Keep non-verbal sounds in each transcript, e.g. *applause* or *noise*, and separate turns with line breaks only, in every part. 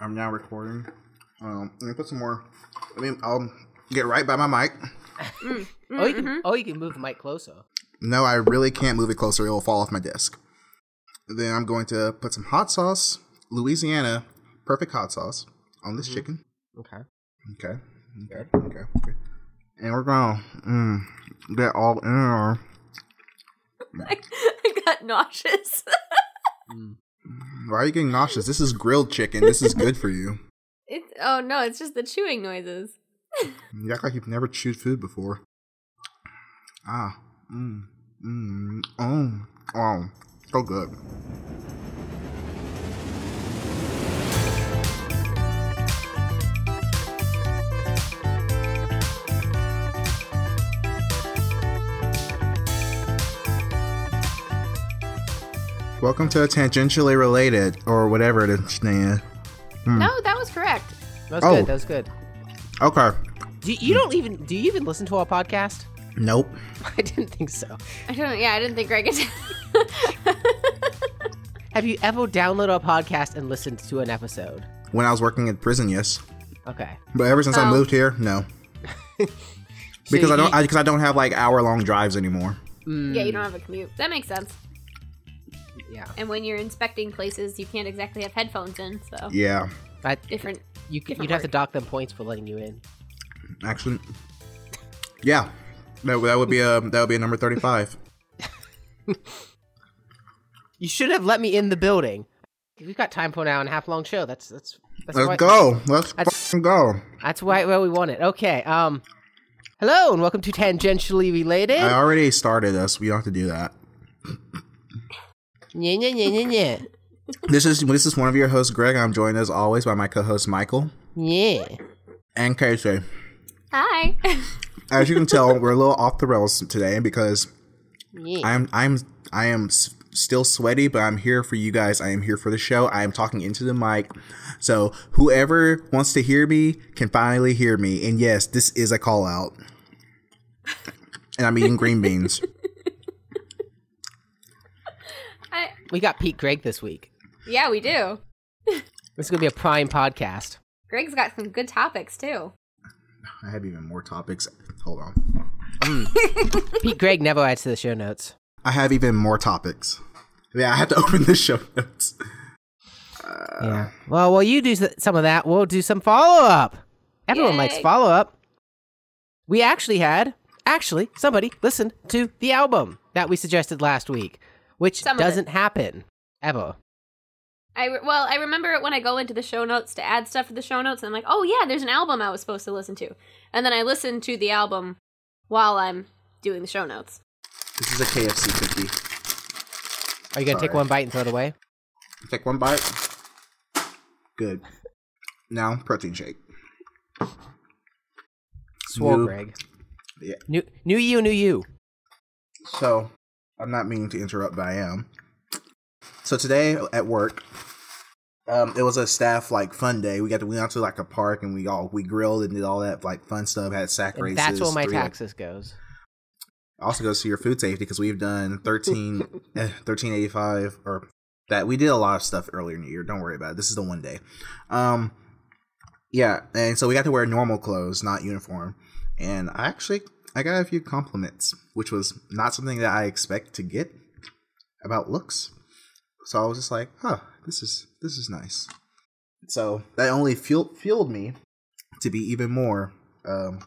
I'm now recording. Um, let me put some more. I mean, I'll get right by my mic.
Oh,
Mm-hmm.
you can, oh, you can move the mic closer.
No, I really can't move it closer. It'll fall off my desk. Then I'm going to put some hot sauce, Louisiana, perfect hot sauce, on this chicken.
Okay.
Okay. Okay. Okay. okay. And we're going to mm, get all uh, in there.
I, Mm-hmm. *laughs* I got nauseous. *laughs*
Why are you getting nauseous? This is grilled chicken. This is good for you.
It's oh no, it's just the chewing noises.
You Mm, act like you've never chewed food before. Ah. Mmm. Mmm. Oh. Oh. So good. Welcome to Tangentially Related, or whatever it is. Nia.
No, that was correct.
That was
Oh.
good. That was good.
Okay.
Do you, you don't even do you even listen to our podcast? *laughs*
Nope.
I didn't think so.
I don't. Yeah, I didn't think Greg.
Have you ever downloaded our podcast and listened to an episode?
When I was working in prison, yes.
Okay.
But ever since I
Oh.
moved here,
*laughs*
no.
So
Because I
Um, you-
don't because I, don't have like hour long drives anymore.
*laughs* yeah, you don't
Hmm.
have a commute. That makes sense.
yeah.
And when you're inspecting places, you can't exactly have headphones in. So
Yeah.
I,
different.
you could,
Different
you'd have to
word.
dock them points for letting you in.
Actually, yeah, that, that would be a that would be a number thirty five.
You should have let me in the building. We've got time for an hour and a half long show. That's that's that's
Let's
why-
go. Let's
That's-
fucking go.
That's why where we want it. Okay. Um. Hello and welcome to Tangentially Related.
I already started us. We don't have to do that.
yeah, yeah, yeah, yeah, yeah.
This is this is one of your hosts, Greg. I'm joined as always by my co-host Michael
Yeah.
and Casey.
Hi. *laughs*
As you can tell, we're a little off the rails today because
Yeah.
I'm I'm I am s- still sweaty, but I'm here for you guys. I am here for the show. I am talking into the mic, so whoever wants to hear me can finally hear me. And yes, this is a call out, and I'm eating green beans.
I,
We got Pete Greg this week.
yeah, we do.
This is gonna be a prime podcast.
Greg's got some good topics too.
I have even more topics. Hold on,
Pete Greg never adds to the show notes.
I have even more topics. Yeah, I have to *laughs* open the show notes.
Uh.
yeah. Well, while you do s- some of that, we'll do some follow up. Everyone likes
Yay.
follow up. We actually had, actually, somebody listened to the album that we suggested last week, which
Some of it.
doesn't happen ever.
I re- well, I remember it when I go into the show notes to add stuff to the show notes, and I'm like, oh yeah, there's an album I was supposed to listen to, and then I listen to the album while I'm doing the show notes.
This is a KFC cookie.
Are you going to take
Sorry.
one bite and throw it away?
Take one bite. Good. Now protein shake.
Swole,
Nope.
Greg.
Yeah.
New, new you, new you.
So, I'm not meaning to interrupt, but I am. So today at work, um, it was a staff like fun day. We got to we went out to like a park and we all we grilled and did all that like fun stuff. Had sack
And
races.
that's where my
three, like-
taxes goes.
also goes to your food safety because we've done 13 eh, 1385 or that we did a lot of stuff earlier in the year don't worry about it this is the one day um yeah and so we got to wear normal clothes not uniform and i actually i got a few compliments which was not something that i expect to get about looks so i was just like huh this is this is nice so that only fueled fueled me to be even more um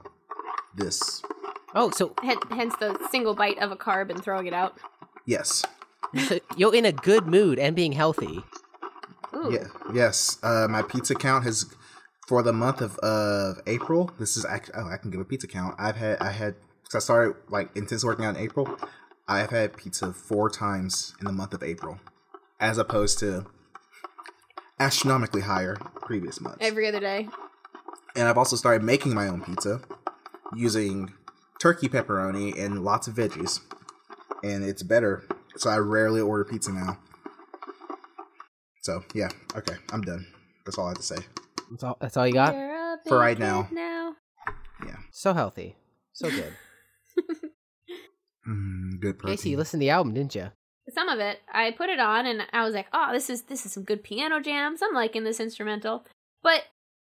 this
Oh, so,
Hen- hence the single bite of a carb and throwing it out.
yes
so you're in a good mood and being healthy.
Ooh,
Yeah. Yes. Uh, my pizza count has for the month of, of April. This is act- oh, I can give a pizza count. I've had I had because I started like intense working out in April. I've had pizza four times in the month of April, as opposed to astronomically higher previous months.
every other day.
and I've also started making my own pizza using turkey pepperoni and lots of veggies, and it's better. So I rarely order pizza now. So yeah, okay, I'm done. That's all I have to say.
That's all, that's all you got?
You're a
for
big
right
kid
now.
now.
So healthy. So good.
Mm, good protein.
Casey, you listened to the album, didn't you?
Some of it, I put it on and I was like, "Oh, this is this is some good piano jams. I'm liking this instrumental." But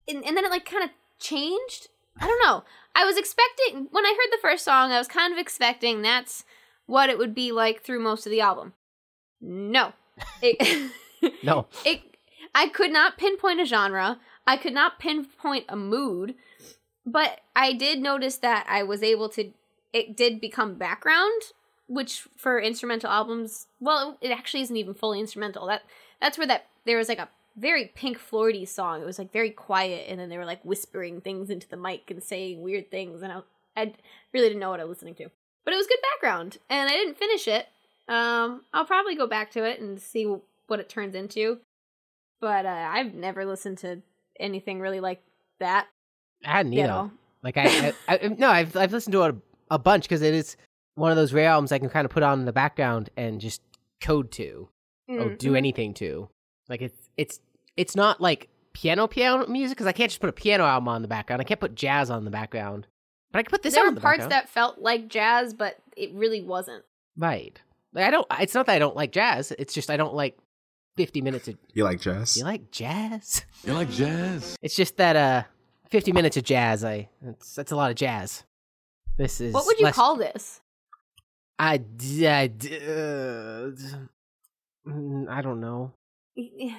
and, and then it like kind of changed. I don't know. I was expecting when I heard the first song, I was kind of expecting that's what it would be like through most of the album. No. It, *laughs*
*laughs* No.
it I could not pinpoint a genre. I could not pinpoint a mood, but I did notice that I was able to it did become background, which for instrumental albums, well, it actually isn't even fully instrumental. That that's where that there was like a very Pink Floydy song. It was like very quiet and then they were like whispering things into the mic and saying weird things and I I really didn't know what I was listening to. But it was good background and I didn't finish it. Um I'll probably go back to it and see what it turns into but uh, I've never listened to anything really like that
I hadn't
at
either.
all.
Like I, I, I no, I've I've listened to it a, a bunch because it is one of those rare albums I can kind of put on in the background and just code to or
Mm.
Oh, do anything to. Like it's it's it's not like piano piano music because I can't just put a piano album on the background. I can't put jazz on the background, but I can put this.
there
on
were
the
parts
background.
that felt like jazz, but it really wasn't.
right. Like I don't. It's not that I don't like jazz. It's just I don't like fifty minutes of
You like jazz?
you like jazz. *laughs*
You like jazz?
It's just that uh, fifty minutes of jazz. I that's, that's a lot of jazz. This is
What would you
less-
call this?
I d- I d- uh, d- mm, I don't know. It's,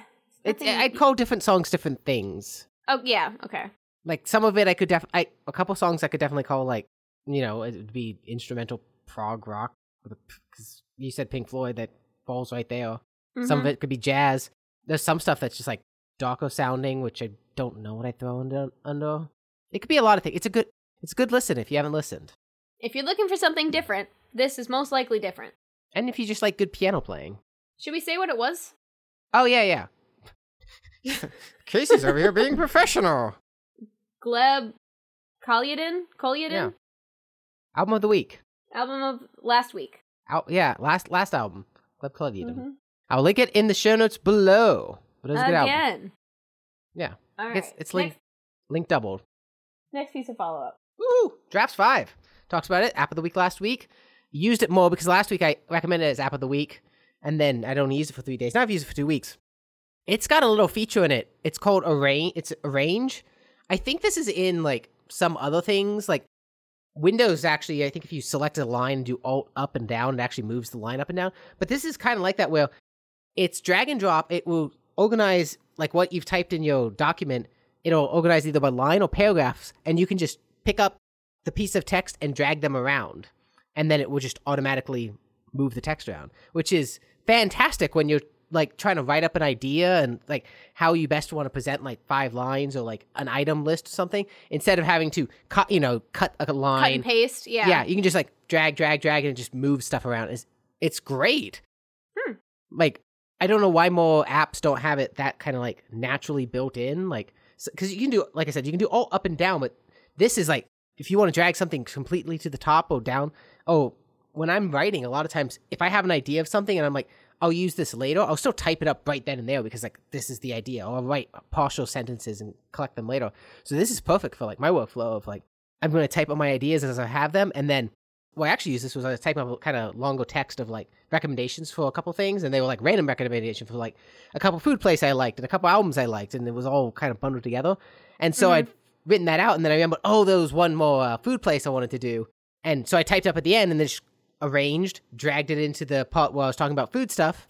Nothing-
I'd call different songs different things.
oh yeah, okay.
Like some of it, I could def I a couple songs I could definitely call like you know it would be instrumental prog rock because you said Pink Floyd that falls right there. Some of
Mhm.
it could be jazz. There's some stuff that's just like Darko sounding, which I don't know what I throw under. under. It could be a lot of things. It's a good it's a good listen if you haven't listened,
If you're looking for something different, this is most likely different.
and if you just like good piano playing.
Should we say what it was?
Oh yeah, yeah. *laughs* Casey's over here being professional.
Gleb Kolyadin, Kolyadin
Yeah. Album of the week.
album of last week.
Out, yeah, last last album. Club Club
Mhm.
I'll link it in the show notes below. But it's a good album.
Again.
Yeah.
All right.
It's, it's linked link doubled.
next piece of follow up.
Woo! Drafts five talks about it. App of the week last week. Used it more because last week I recommended it as app of the week, and then I'd only used it for three days. Now I've used it for two weeks. It's got a little feature in it. It's called arrange. It's arrange. I think this is in like some other things like Windows. Actually, I think if you select a line and do Alt up and down, it actually moves the line up and down. But this is kind of like that where it's drag and drop. It will organize like what you've typed in your document. It'll organize either by line or paragraphs, and you can just pick up the piece of text and drag them around, and then it will just automatically move the text around, which is fantastic when you're like trying to write up an idea and like how you best want to present like five lines or like an item list or something instead of having to cut you know cut a
Cut
line
and paste. Yeah.
yeah, you can just like drag, drag, drag, and it just move stuff around. It's it's great.
Hmm.
Like I don't know why more apps don't have it that kind of like naturally built in. Like because you can do like I said, you can do all up and down, but this is like if you want to drag something completely to the top or down. Oh, when I'm writing, a lot of times if I have an idea of something and I'm like. I'll use this later. I'll still type it up right then and there because like this is the idea. Or I'll write partial sentences and collect them later. So this is perfect for like my workflow of like I'm going to type up my ideas as I have them, and then what I actually used this was I was typing up kind of longer text of like recommendations for a couple things, and they were like random recommendation for like a couple food place I liked and a couple albums I liked, and it was all kind of bundled together. And so
Mhm.
I'd written that out, and then I remembered, oh, there was one more uh, food place I wanted to do, and so I typed up at the end and then just arranged, dragged it into the part where I was talking about food stuff,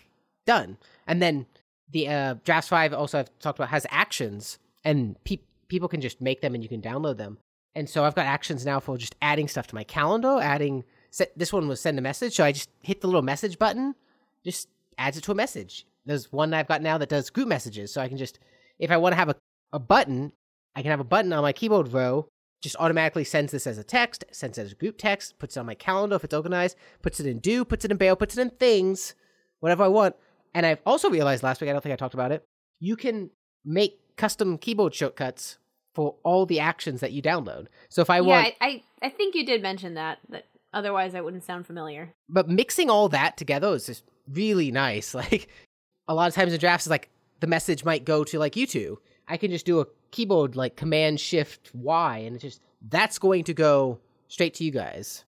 done. And then the uh, drafts five also I've talked about has actions, and pe- people can just make them and you can download them. And so I've got actions now for just adding stuff to my calendar, adding se- this one was send a message, so I just hit the little message button, just adds it to a message. There's one I've got now that does group messages, so I can just if I want to have a, a button, I can have a button on my keyboard row, just automatically sends this as a text, sends it as a group text, puts it on my calendar if it's organized, puts it in do, puts it in bail, puts it in things, whatever I want. And I've also realized last week, I don't think I talked about it, you can make custom keyboard shortcuts for all the actions that you download. So if I
yeah,
want
I, I I think you did mention that, but otherwise I wouldn't sound familiar.
but mixing all that together is just really nice. *laughs* Like a lot of times in drafts, it's like the message might go to like you two. I can just do a keyboard like Command Shift Y, and it's just that's going to go straight to you guys.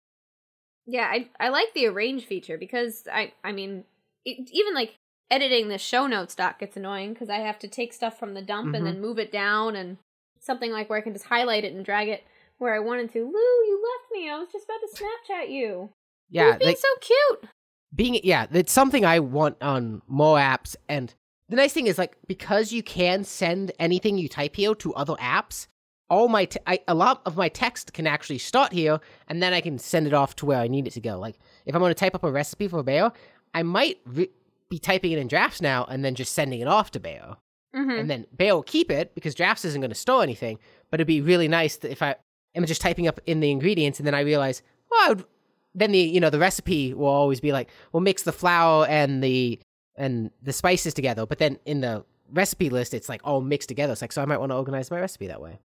Yeah, I I like the arrange feature because I I mean it, e, even like editing the show notes doc gets annoying because I have to take stuff from the dump
Mhm.
and then move it down and something like where I can just highlight it and drag it where I wanted to. Lou, you left me. I was just about to Snapchat you. You
Yeah,
was being
like-
so cute.
being yeah it's something i want on more apps and the nice thing is like because you can send anything you type here to other apps all my te- I, a lot of my text can actually start here and then i can send it off to where i need it to go like if i'm going to type up a recipe for bayo i might re- be typing it in drafts now and then just sending it off to bayo
Mm-hmm.
and then Bayo will keep it because drafts isn't going to store anything. But it'd be really nice that if I am just typing up in the ingredients and then I realize, well, I would, then the you know the recipe will always be like, well, mix the flour and the and the spices together. But then in the recipe list, it's like all mixed together. It's like so I might want to organize my recipe that way.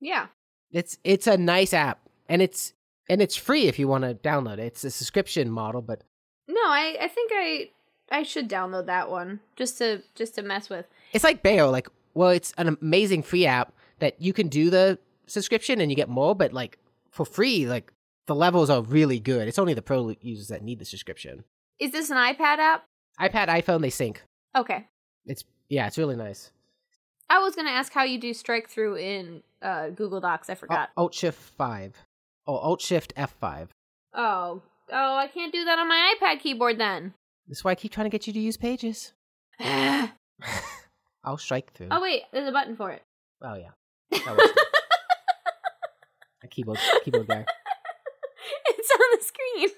Yeah.
It's it's a nice app and it's and it's free if you want to download it. It's a subscription model, but
No, I I think I I should download that one just to just to mess with.
It's like Bayo, like well, it's an amazing free app that you can do the subscription and you get more, but like for free, like the levels are really good. It's only the pro users that need the subscription.
Is this an iPad app?
iPad, iPhone, they sync.
Okay.
It's yeah, it's really nice.
I was gonna ask how you do strike through in uh, Google
Oh.
Docs. I forgot.
Alt Shift five or Alt Shift F five.
Oh. Oh, I can't do that on my iPad keyboard
*sighs*
then.
That's why I keep trying to get you to use Pages.
oh
I'll strike through.
wait, there's a button for it. *laughs*
Oh, yeah, That works. a keyboard keyboard guy.
it's on the screen.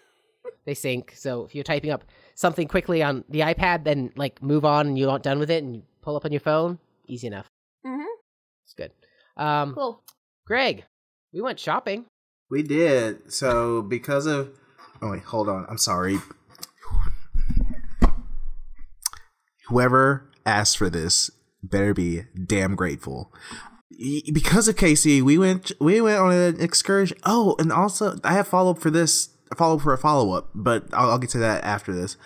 they sync. So if you're typing up something quickly on the iPad, then like move on and you're not done with it and you pull up on your phone, easy enough.
Mhm.
It's good. Um,
Cool.
Greg, we went shopping.
We did. So because of Oh wait, hold on. I'm sorry. Whoever asked for this better be damn grateful. Y- Because of Casey, we went we went on an excursion. Oh, and also I have follow up for this follow up for a follow up, but I'll, I'll get to that after this.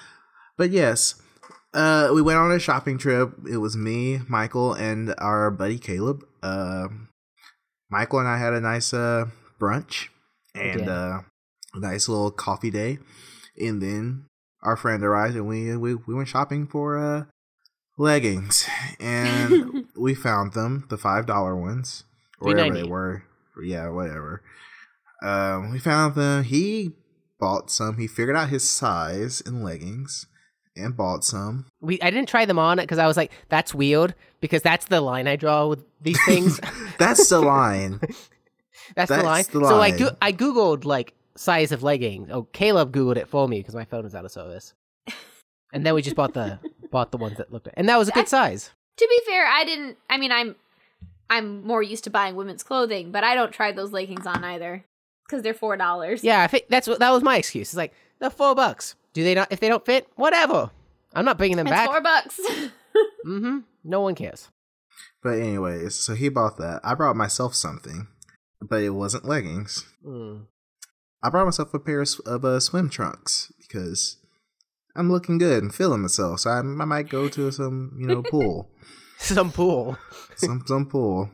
But yes, uh, we went on a shopping trip. It was me, Michael, and our buddy Caleb. Um Michael and I had a nice uh, brunch and
did.
uh, a nice little coffee day, and then our friend arrived, and we we, we went shopping for uh, leggings, and we found them, the five dollar ones, or wherever they
$3.90.
were. Yeah, whatever. Um, we found them. He bought some. He figured out his size in leggings and bought some.
We I didn't try them on because I was like, that's weird because that's the line I draw with
*laughs*
these things. *laughs*
That's the line.
that's, the,
That's
line.
the
So
line.
like, go- I googled like size of leggings. Oh, Caleb googled it for me because my phone was out of service. And then we just bought the bought the ones that looked, and that was a good size.
To be fair, I didn't. I mean, I'm I'm more used to buying women's clothing, but I don't try those leggings on either because they're four dollars.
Yeah, I think that's what that was my excuse. It's like the four bucks. Do they not? If they don't fit, whatever. I'm not bringing them
it's
back.
four bucks. *laughs*
Mm-hmm. No one cares.
But anyways, so he bought that. I brought myself something, but it wasn't leggings.
Mm.
I brought myself a pair of, s- of uh, swim trunks because I'm looking good and feeling myself. So I, I might go to some, you know, pool,
*laughs* Some pool.
some some pool.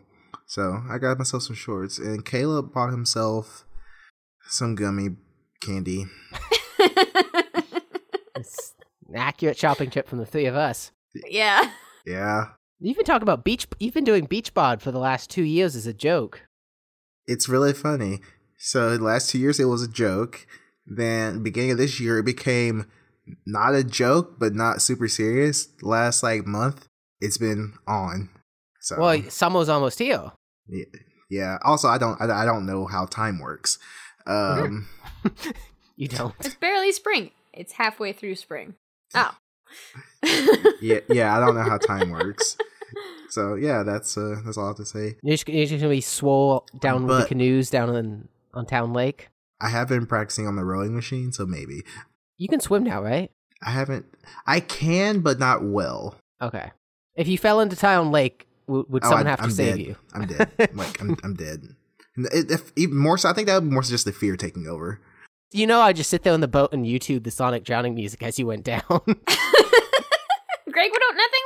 So I got myself some shorts, and Caleb bought himself some gummy candy.
It's an accurate shopping trip from the three of us.
yeah.
Yeah,
You've been talking about beach. You've been doing beach bod for the last two years as a joke.
it's really funny. So the last two years it was a joke. Then beginning of this year it became not a joke, but not super serious. Last like month, it's been on. So
Well, summer's almost here.
yeah. yeah. Also, I don't I, I don't know how time works. Um,
You don't.
It's barely spring. It's halfway through spring. Oh. *laughs*
yeah, yeah, I don't know how time works. So yeah, that's uh, that's all I have to say.
You're just, you're just gonna be swole down with the
But-
canoes down in, on town lake.
I have been practicing on the rowing machine, so maybe
You can swim now, right?
I haven't. I can, but not well.
Okay. If you fell into town lake, w- would
Oh,
someone
I-
have to
I'm
save
dead.
you?
I'm dead. like I'm, I'm dead. And It, if, even more so, I think that would be more so just the fear taking over.
You know, I just sit there in the boat and YouTube the Sonic drowning music as you went down. *laughs*
Greg would want nothing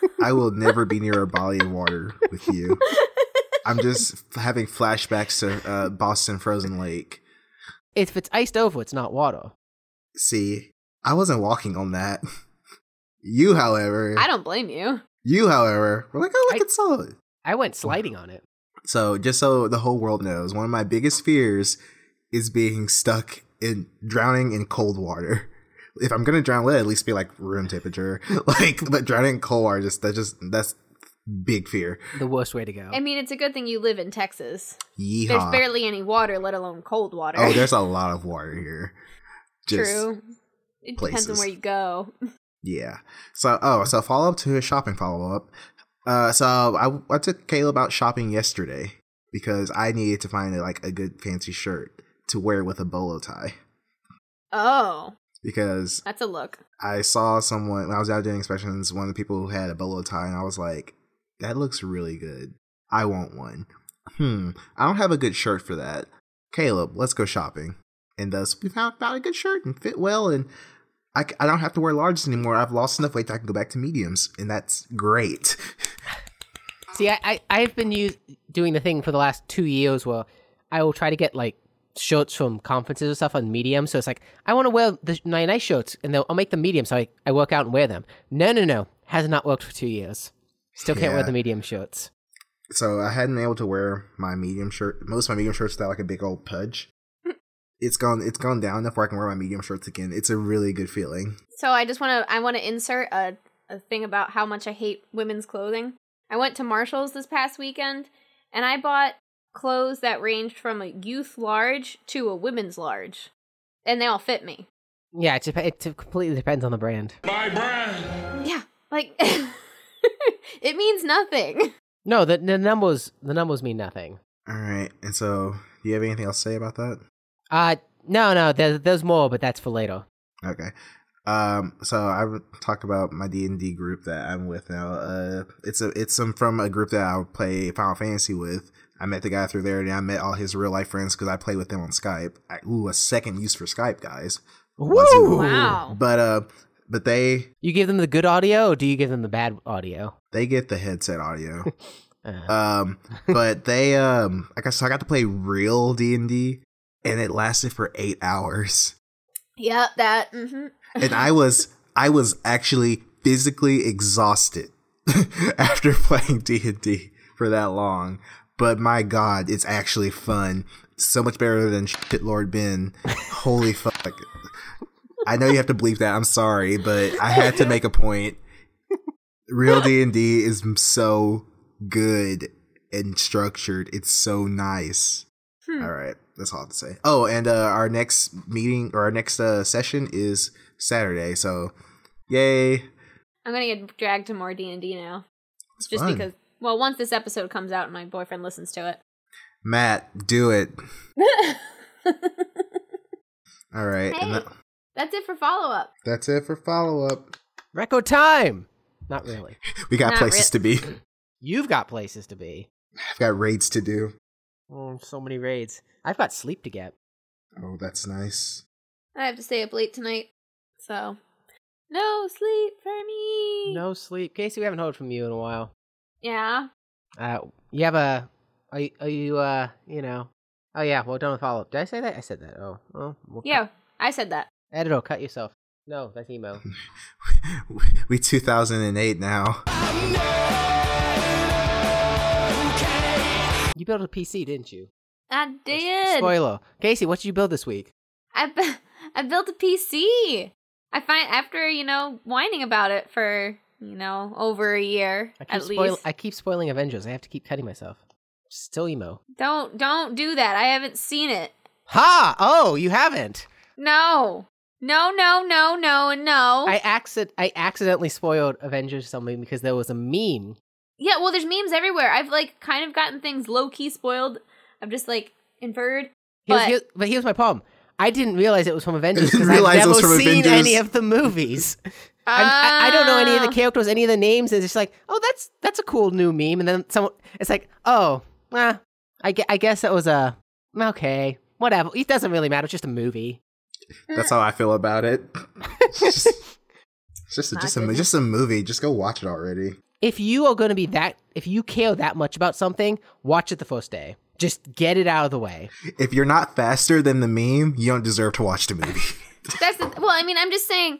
less.
I will never be near a body of water with you. I'm just having flashbacks to uh, Boston Frozen Lake.
if it's iced over, it's not water.
See, I wasn't walking on that. *laughs* You, however,
I don't blame you.
you, however, were like, oh, look,
I-
it's solid.
I went sliding on it.
So, just so the whole world knows, one of my biggest fears is being stuck in drowning in cold water. If I'm gonna drown, let it at least be like room temperature. *laughs* like, but drowning in cold water, just that just that's big fear.
The worst way to go.
I mean, it's a good thing you live in Texas.
Yeehaw!
There's barely any water, let alone cold water. *laughs*
oh, there's a lot of water here. Just,
True. It depends on
places.
where you go. *laughs*
Yeah. So oh, so follow up to his shopping follow up. Uh, so I I took Caleb out shopping yesterday because I needed to find like a good fancy shirt to wear with a bolo tie
Oh,
because
that's a look.
I saw someone when I was out doing inspections, one of the people who had a bolo tie, and I was like, that looks really good. I want one. Hmm, I don't have a good shirt for that. Caleb, let's go shopping. And thus, we found, found a good shirt and fit well, and I, c- I don't have to wear larges anymore. I've lost enough weight that I can go back to mediums, and that's great.
See, I, I I've been use, doing the thing for the last two years where I will try to get like shirts from conferences and stuff on medium. So it's like I want to wear the my nice shirts, and they'll, I'll make them medium, so I, I work out and wear them. No, no, no, has not worked for two years. Still can't wear
Yeah.
the medium shirts.
So I hadn't been able to wear my medium shirt. Most of my medium shirts got like a big old pudge. It's gone. It's gone down enough where I can wear my medium shirts again. It's a really good feeling.
So I just want to I want to insert a, a thing about how much I hate women's clothing. I went to Marshalls this past weekend and I bought clothes that ranged from a youth large to a women's large. And they all fit me.
Yeah, it, dep- it completely depends on the brand.
My brand.
Yeah. Like *laughs* it means nothing. *laughs*
No, the, the numbers the numbers mean nothing.
All right. And so, do you have anything else to say about that?
Uh no, no, there, there's more, but that's for later.
Okay. Um. So I would talk about my D and D group that I'm with now. Uh, it's a it's some from a group that I would play Final Fantasy with. I met the guy through there, and I met all his real life friends because I play with them on Skype. I, ooh, a second use for Skype, guys.
Woo!
Wow.
But uh, but they
You give them the good audio, or do you give them the bad audio?
they get the headset audio.
Uh,
um but they um like i said i got to play real d&d and it lasted for eight hours
Yep, that. Mhm.
and i was i was actually physically exhausted *laughs* after playing d&d for that long but my god it's actually fun so much better than shit lord ben holy fuck i know you have to believe that i'm sorry but i had to make a point real d&d is so good and structured it's so nice
Hmm.
all right that's all i have to say oh and uh, our next meeting or our next uh, session is saturday so yay
I'm going to get dragged to more D&D now.
It's
Just
fun.
because well, once this episode comes out and my boyfriend listens to it.
matt do it all right
Hey.
and that-
*laughs* That's it for follow-up.
that's it for follow-up
record time. Not really.
we got
Not
places to be
You've got places to be.
i've got raids to do
Oh, so many raids. I've got sleep to get.
oh that's nice *laughs*
I have to stay up late tonight, so no sleep for me.
No sleep. Casey, we haven't heard from you in a while.
Yeah.
Uh, you have a. Are you, are you uh, you know. Oh, yeah, well, done with follow up. Did I say that? I said that. Oh, well. we'll cut-
Yeah. I said that.
Editor, cut yourself. No, that's
*laughs*
emo.
we 2008 now
you built a PC, didn't you?
I did.
Spoiler. Casey, what did you build this week?
I bu- I built a PC. I find after you know whining about it for you know over a year
I keep
at
spoil-
least.
I keep spoiling Avengers. I have to keep cutting myself. Still emo.
Don't don't do that. I haven't seen it.
Ha! Oh, you haven't.
No. No. No. No. No. And no.
I acci- I accidentally spoiled Avengers something because there was a meme.
Yeah, well, there's memes everywhere. I've like kind of gotten things low key spoiled. I've just like inferred.
Here's,
But-
here's, but here's my problem. I didn't realize it was
*laughs*
from Avengers
Didn't
because I've
realize it
never
was from
seen
Avengers.
any of
*laughs*
the movies. I'm- I, I don't know any of the
Ah.
characters, any of the names. It's just like, oh, that's that's a cool new meme. And then someone, it's like, oh, eh, I, gue- I guess that was a okay, whatever. It doesn't really matter. It's just a movie.
that's how i feel about it It's just, it's just, a,
My
just, a, mo-
goodness.
just a movie just go watch it already
if you are going to be that, if you care that much about something, watch it the first day. Just get it out of the way.
if you're not
Oh.
*laughs*
faster than the meme, you don't deserve to watch the movie. *laughs*
That's the, well, I mean, I'm just saying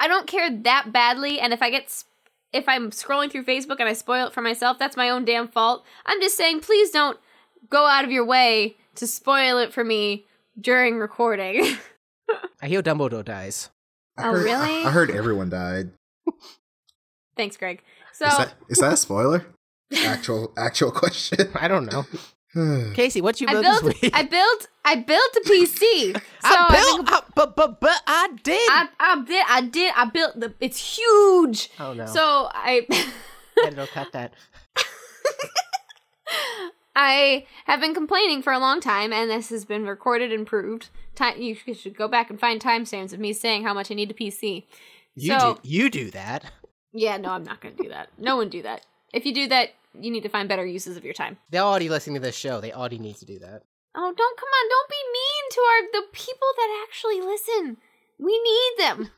I don't care that badly, and if I get s- if I'm scrolling through Facebook and I spoil it for myself, that's my own damn fault. I'm just saying, please don't go out of your way to spoil it for me during recording. *laughs*
I hear Dumbledore dies.
I
Oh,
heard,
really?
I, I heard everyone died.
Thanks, Greg. So
is that is that a
*laughs*
spoiler? Actual actual question.
I don't know.
I
Casey, what you
I
build
built,
this week?
I built, I built a PC. So
*laughs* I
I've been-
built, I, but but but I did.
I, I did, I did, I built the. It's huge.
oh no! So
So I, *laughs*
it'll cut that.
I have been complaining for a long time, and this has been recorded and proved. Time, you should go back and find timestamps of me saying how much I need a PC.
*laughs* You
So-
do you do that.
Yeah, no, I'm not going to do that. No one do that. If you do that, you need to find better uses of your time.
They're already listening to this show. They already need to do that. *laughs*
Oh, don't come on! Don't be mean to our the people that actually listen. We need them.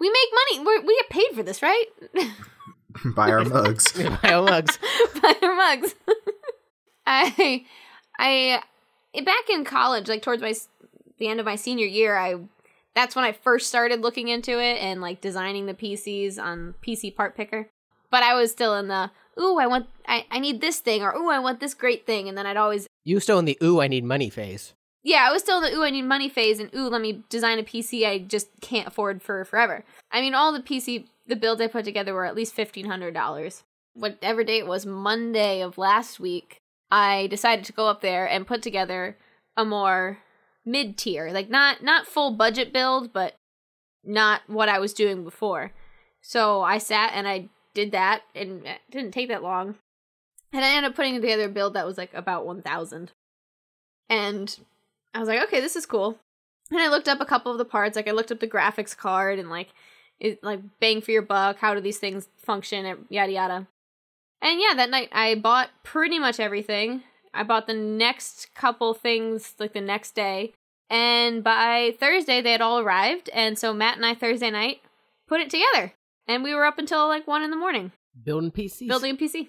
We make money. We're, we get paid for this, right?
*laughs* Buy our mugs.
My own lugs.
Buy their mugs. *laughs* I, I, eh, back in college, like towards my s- the end of my senior year, I that's when I first started looking into it and like designing the PCs on PC Part Picker. But I was still in the ooh, I want, I, I need this thing, or ooh, I want this great thing, and then I'd always
You still in the ooh I need money phase.
yeah, I was still in the ooh, I need money phase, and ooh, let me design a PC I just can't afford for forever. I mean, all the PC, the builds I put together were at least $1,500. Whatever day it was, Monday of last week, I decided to go up there and put together a more mid tier, like not not full budget build, but not what I was doing before. So I sat and I did that, and it didn't take that long. And I ended up putting together a build that was like about 1,000. And I was like, okay, this is cool. And I looked up a couple of the parts. Like I looked up the graphics card and like, it, like bang for your buck. How do these things function? And yada yada. And yeah, that night I bought pretty much everything. I bought the next couple things like the next day. And by Thursday they had all arrived. And so Matt and I Thursday night put it together. And we were up until like one in the morning
Building PCs.
building a PC.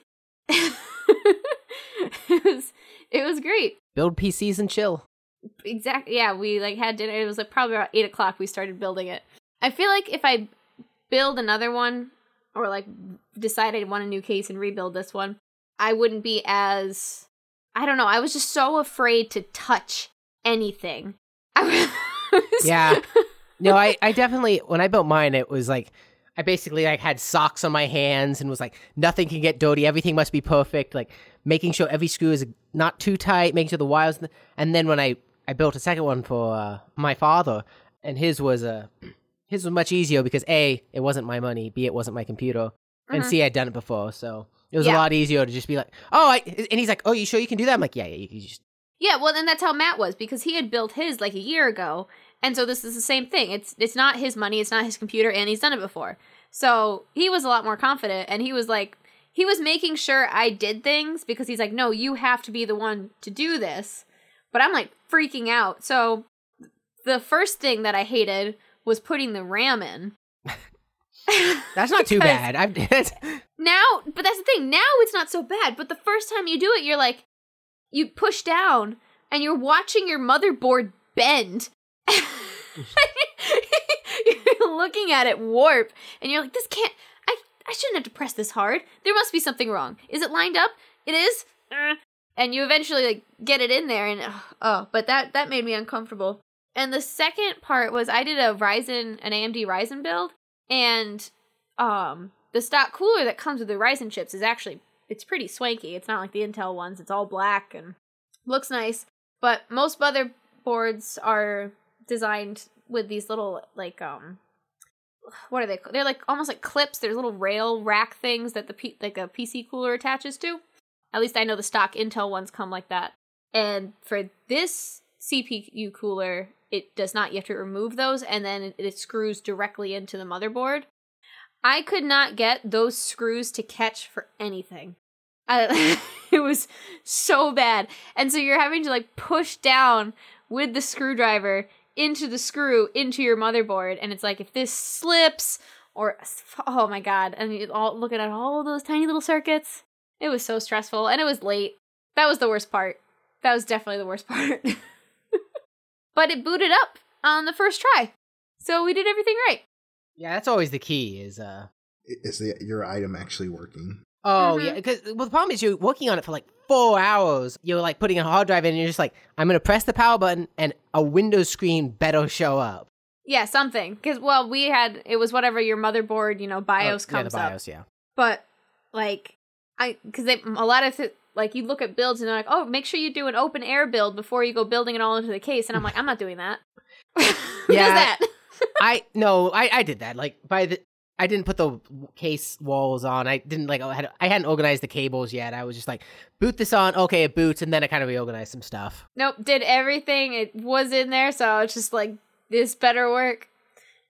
*laughs* it was it was great.
Build PCs and chill.
exactly yeah we like had dinner it was like probably about eight o'clock we started building it i feel like if i build another one or like decide i want a new case and rebuild this one i wouldn't be as i don't know i was just so afraid to touch anything *laughs* I was,
Yeah. No, I, I definitely when I built mine, it was like I basically like had socks on my hands and was like nothing can get dirty. Everything must be perfect. Like making sure every screw is not too tight, making sure the wires. And then when I I built a second one for uh, my father, and his was a uh, his was much easier because a it wasn't my money, b it wasn't my computer, and
Mhm.
c I'd done it before, so it was
Yeah.
a lot easier to just be like, oh, I, and he's like, oh, you sure you can do that? I'm like, yeah, yeah, you, you just
yeah well then that's how matt was because he had built his like a year ago and so this is the same thing it's it's not his money it's not his computer and he's done it before So he was a lot more confident and he was like, he was making sure I did things because he's like, no, you have to be the one to do this. But I'm like freaking out. So the first thing that I hated was putting the RAM in.
that's not too
Because-
bad. I've *laughs*
Now, but that's the thing. Now it's not so bad. But the first time you do it, you're like, you push down and you're watching your motherboard bend. *laughs* you're looking at it warp and you're like, this can't, I, I shouldn't have to press this hard. There must be something wrong. Is it lined up? It is. Uh. And you eventually like get it in there and ugh, oh, but that that made me uncomfortable. And the second part was I did a Ryzen an AMD Ryzen build and um the stock cooler that comes with the Ryzen chips is actually it's pretty swanky. It's not like the Intel ones. It's all black and looks nice. But most motherboards are designed with these little like um what are they? They're like almost like clips. There's little rail rack things that the P- like a PC cooler attaches to. At least I know the stock Intel ones come like that. And for this CPU cooler, it does not. You have to remove those, and then it, it screws directly into the motherboard. I could not get those screws to catch for anything. I, *laughs* it was so bad. And so you're having to like push down with the screwdriver into the screw into your motherboard and it's like if this slips or oh my god and you all looking at all those tiny little circuits. It was so stressful and it was late. That was the worst part. That was definitely the worst *laughs* part. but it booted up on the first try. So we did everything right.
Yeah, that's always the key is uh
Is the, your item actually working?
oh
Mhm.
yeah, because well the problem is you're working on it for like four hours. You're like putting a hard drive in and you're just like, I'm gonna press the power button and a Windows screen better show up.
Yeah, something. Because well, we had it was whatever your motherboard, you know,
Oh,
BIOS comes
yeah, the
up.
BIOS, yeah.
But like, I because a lot of th- like you look at builds and they're like, oh, make sure you do an open air build before you go building it all into the case. And I'm like, I'm not doing that. *laughs* Who
Yeah.
does that?
I no, I I did that. Like by the I didn't put the w- case walls on. I didn't like I, had, I hadn't organized the cables yet. I was just like boot this on. Okay, it boots and then I kind of reorganized some stuff.
Nope, did everything. It was in there, so I was just like, this better work.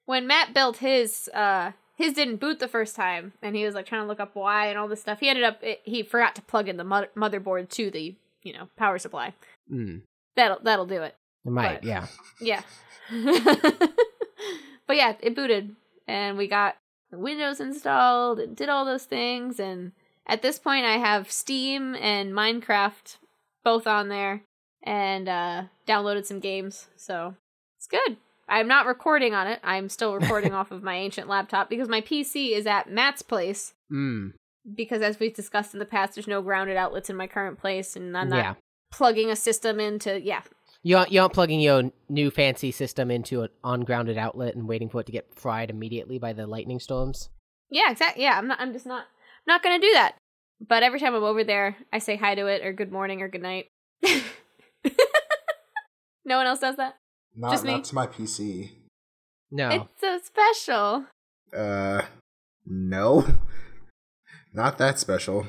When Matt built his, uh, his didn't boot the first time, and he was like trying to look up why and all this stuff. He ended up it, he forgot to plug in the mother- motherboard to the you know power supply.
Mm,
That'll that'll do it.
it might,
But-
yeah.
Yeah. *laughs* but yeah, it booted, and we got the Windows installed and did all those things. And at this point, I have Steam and Minecraft both on there, and uh, downloaded some games. So it's good. I'm not recording on it. I'm still recording off of my ancient laptop because my PC is at Matt's place.
Mm,
Because as we've discussed in the past, there's no grounded outlets in my current place, and I'm not
yeah.
plugging a system into yeah
You aren't, you aren't plugging your n- new fancy system into an ungrounded outlet and waiting for it to get fried immediately by the lightning storms.
Yeah, exactly. Yeah, I'm not. I'm just not. Not gonna do that. But every time I'm over there, I say hi to it, or good morning, or good night. *laughs* no one else does that.
Not,
Just me.
not to my PC.
No,
It's so special.
Uh, no. *laughs* Not that special.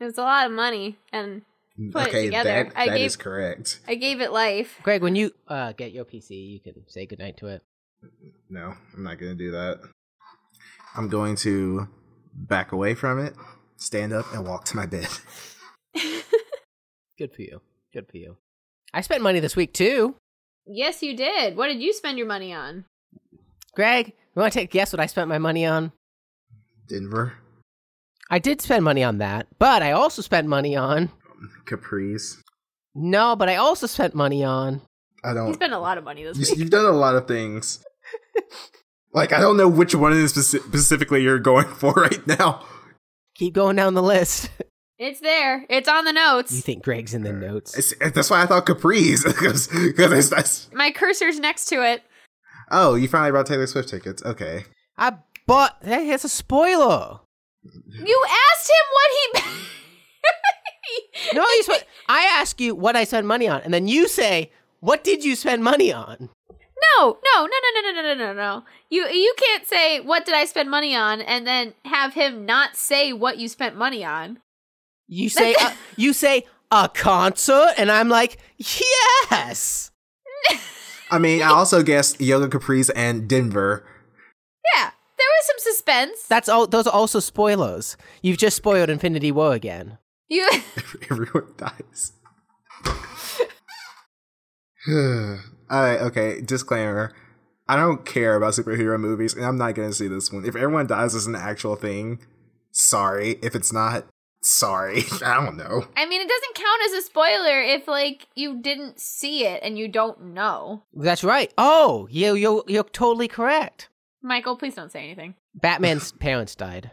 It was a lot of money, and Put it
okay,
together.
that,
I
that
gave-
is correct.
I gave it life. *laughs*
Greg, when you uh, get your PC, you can say goodnight to it.
No, I'm not going to do that. I'm going to back away from it, stand up, and walk to my
*laughs*
bed.
Good for you. Good for you. I spent money this week too.
yes, you did. What did you spend your money on?
Greg, you want to take a guess what I spent my money on?
Denver,
I did spend money on that, but I also spent money on
Capri's.
no, but I also spent money on
I don't.
You spent a lot of money this
Oh.
You,
week.
you've done a lot of things. like I don't know which one is speci- specifically you're going *laughs* for right now.
keep going down the *laughs* list.
It's there. It's on the notes.
You think Greg's in the notes?
It's, that's why I thought Capri's *laughs* because because that's
my cursor's next to it.
oh you finally bought Taylor Swift tickets. Okay,
I bought. Hey, that's a spoiler.
You asked him what *laughs* he.
No, you spent. I ask you what I spend money on, and then you say, "What did you spend money on?"
No, no, no, no, no, no, no, no, no. You you can't say what did I spend money on and then have him not say what you spent money on.
You say, uh, "You say a concert," and I'm like, "Yes."
I mean I also guessed Yoga Capri's and Denver. *laughs*
Yeah, there was some suspense.
That's all. Those are also spoilers. You've just spoiled Infinity War again.
You *laughs*
Everyone dies. *sighs* All right, okay. Disclaimer: I don't care about superhero movies, and I'm not gonna see this one. If everyone dies is an actual thing, sorry. If it's not, sorry. *laughs* I don't know.
I mean it doesn't count as a spoiler if like you didn't see it and you don't know.
That's right. Oh, you you you're totally correct.
Michael, please don't say anything.
Batman's parents died.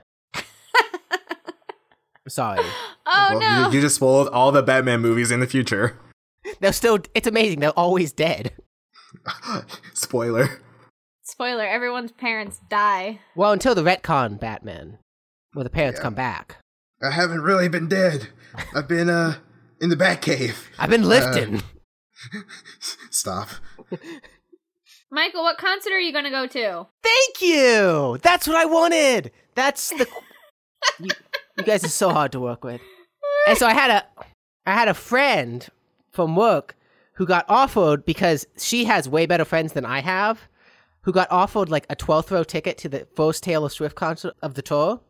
Sorry.
Oh
well,
no.
you, you just spoiled all the Batman movies in the future. *laughs*
They're still. It's amazing. They're always dead.
Spoiler.
Spoiler, everyone's parents die.
Well, until the retcon Batman, where the parents
Yeah.
come back.
I haven't really been dead. I've been uh in the Batcave.
I've been lifting.
Stop.
Michael, what concert are you going to go to?
Thank you. That's what I wanted. That's the. you, you guys are so hard to work with. And so I had a, I had a friend from work who got offered because she has way better friends than I have, who got offered like a twelfth row ticket to the first Taylor Swift concert of the tour,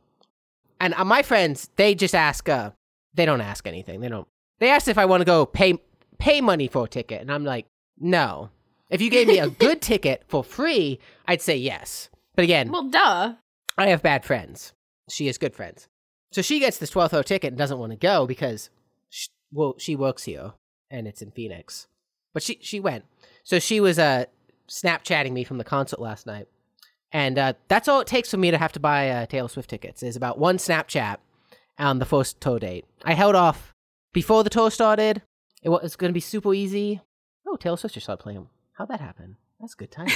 and uh, my friends they just ask, uh, they don't ask anything. They don't. They asked if I want to go pay pay money for a ticket, and I'm like, no. If you gave me a good ticket for free, I'd say yes. But again,
Well, duh. *laughs*
I have bad friends. She has good friends. So she gets this 12th row ticket and doesn't want to go because, sh well, she works here and it's in Phoenix. But she, she went. So she was uh, Snapchatting me from the concert last night. And uh, that's all it takes for me to have to buy uh, Taylor Swift tickets is about one Snapchat on the first tour date. I held off before the tour started. It was going to be super easy. Oh, Taylor Swift just started playing. How'd that happen? That's good timing.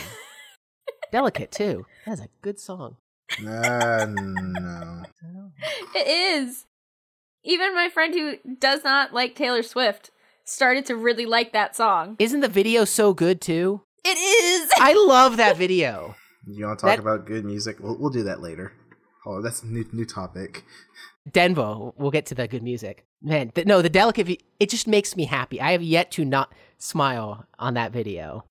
Delicate too. That's a good song.
Uh, no.
I don't know.
It is. Even my friend who does not like Taylor Swift started to really like that song.
Isn't the video so good too?
It is.
I love that video.
You want to talk
That-
about good music? We'll, we'll do that later. Oh, that's a new, new topic.
Denver. We'll get to the good music. Man, th- no, the delicate. vi- It just makes me happy. I have yet to not smile on that video.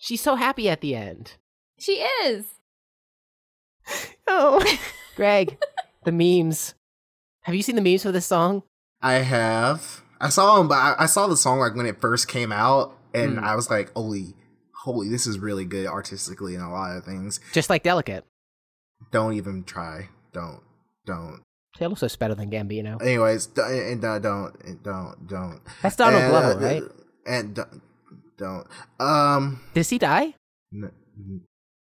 She's so happy at the end.
*laughs* She is.
Oh, Greg, the memes. Have you seen the memes for this song?
I have. I saw him, but I, I saw the song like when it first came out, and
Hmm.
I was like, holy, holy, this is really good artistically and a lot of things.
Just like Delicate.
Don't even try. Don't. Don't.
Taylor Swift's better than Gambino.
Anyways, d- and uh, don't, and don't, don't.
That's Donald
And,
Glover,
uh,
right?
And don't. don't. Um,
Does he die?
n- n-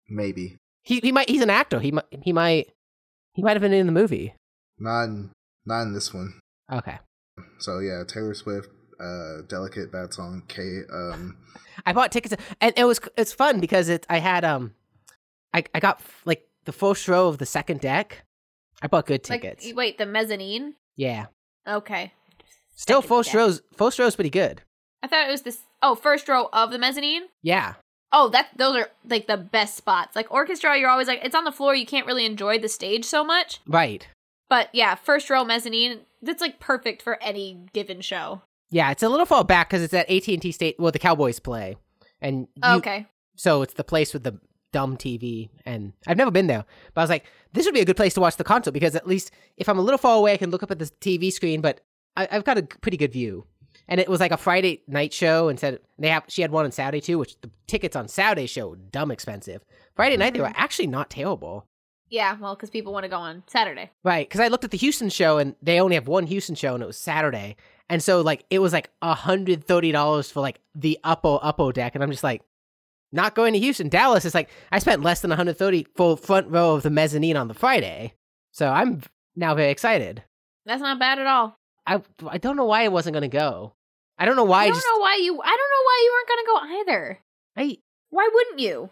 maybe.
He he might. He's an actor. He might. He might. He might have been in the movie.
Not in, not in this one.
Okay.
So yeah, Taylor Swift, uh, delicate bad song. K. Um,
I bought tickets, and it was it's fun because it I had um, I I got like the first row of the second deck. I bought good tickets.
Like, wait, the mezzanine?
yeah,
Okay.
still
Second
first
deck.
rows. First row's pretty good.
I thought it was this. Oh, first row of the mezzanine?
Yeah,
Oh, that those are like the best spots. Like orchestra, you're always like it's on the floor. You can't really enjoy the stage so much.
right.
But yeah, first row mezzanine. That's like perfect for any given show.
Yeah, it's a little far back because it's at AT and T State. Well, the Cowboys play, and you-
okay.
so it's the place with the dumb TV. And I've never been there, but I was like, this would be a good place to watch the concert because at least if I'm a little far away, I can look up at the TV screen. But I, I've got a g- pretty good view. And it was like a Friday night show, and said they have she had one on Saturday too, which the tickets on Saturday show were dumb expensive. Friday night they were actually not terrible,
Yeah, well, because people want to go on Saturday.
right? Because I looked at the Houston show, and they only have one Houston show, and it was Saturday, and so like it was like hundred thirty dollars for like the uppo uppo deck, and I'm just like, not going to Houston. Dallas is like I spent less than 130 for front row of the mezzanine on the Friday. So I'm now very excited.
That's not bad at all.
I I don't know why I wasn't going to go. I don't know why
I
I
don't
just
know why you. I don't know why you weren't gonna go either.
I
Why wouldn't you?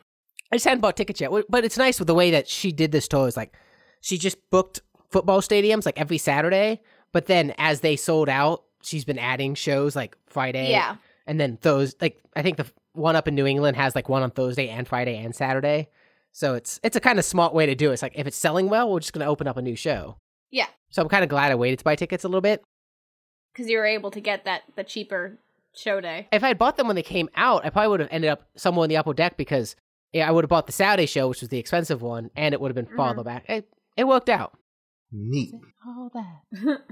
I just hadn't bought tickets yet. But it's nice with the way that she did this tour is like she just booked football stadiums like every Saturday, but then as they sold out, she's been adding shows like Friday
Yeah.
and then those like I think the one up in New England has like one on Thursday and Friday and Saturday. So it's it's a kind of smart way to do it. It's like if it's selling well, we're just going to open up a new show.
Yeah.
So I'm kind of glad I waited to buy tickets a little bit.
because you were able to get that the cheaper show day.
If I had bought them when they came out, I probably would have ended up somewhere in the upper deck because yeah, I would have bought the Saturday show, which was the expensive one, and it would have been farther
Mm-hmm.
back. It, it worked out.
neat.
All that.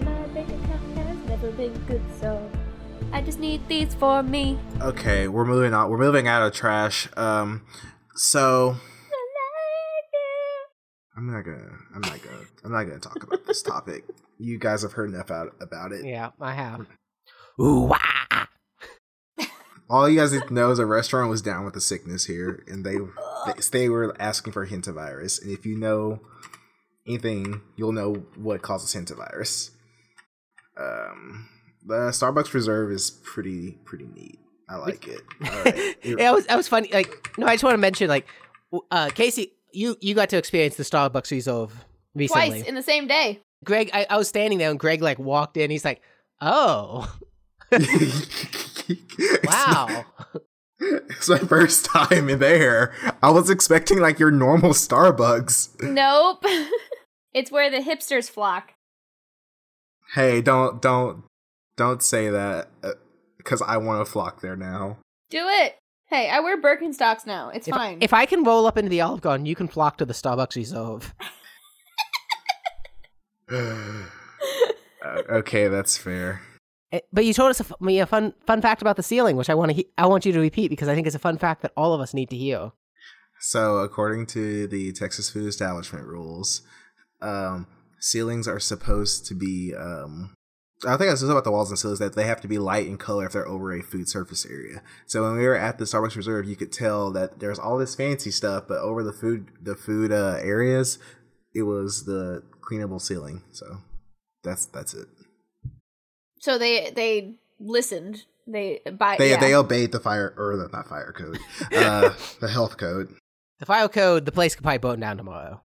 My bank account has never been good, so I just need these for me.
Okay, we're moving on. We're moving out of trash. Um, so I'm not gonna. I'm not gonna. I'm not gonna talk about this topic. You guys have heard enough out, about it.
Yeah, I have. Ooh, wah.
All you guys need to know is a restaurant was down with the sickness here, and they they, they were asking for hantavirus. And if you know anything, you'll know what causes hantavirus. Um, the Starbucks Reserve is pretty pretty neat. I like
*laughs*
it. All right. *laughs*
yeah, it was that was funny. Like, no, I just want to mention, like, w- uh, Casey, you you got to experience the Starbucks reserve recently.
Twice in the same day.
Greg, I, I was standing there, and Greg like walked in. He's like, "Oh, wow,
It's my first time in there. I was expecting like your normal Starbucks.
Nope. *laughs* it's where the hipsters flock.
Hey, don't don't don't say that because I want to flock there
*laughs*
now. *sighs*
Do it. Hey, I wear Birkenstocks now. It's
If-
fine.
If I can roll up into the Olive Garden, you can flock to the Starbucks reserve.
Uh, okay, that's fair.
Eh, But you told us a, fu- me a fun fun fact about the ceiling, which I want to he- I want you to repeat because I think it's a fun fact that all of us need to hear.
So, according to the Texas food establishment rules, um, ceilings are supposed to be um, I think I said about the walls and ceilings that they have to be light in color if they're over a food surface area. So when we were at the Starbucks Reserve, you could tell that there's all this fancy stuff, but over the food the food uh, areas, it was the cleanable ceiling. So that's that's it.
So they they listened. They by
They
yeah.
they obeyed the fire or the, not fire code, uh, the health code.
The file code, the place could probably bone down tomorrow.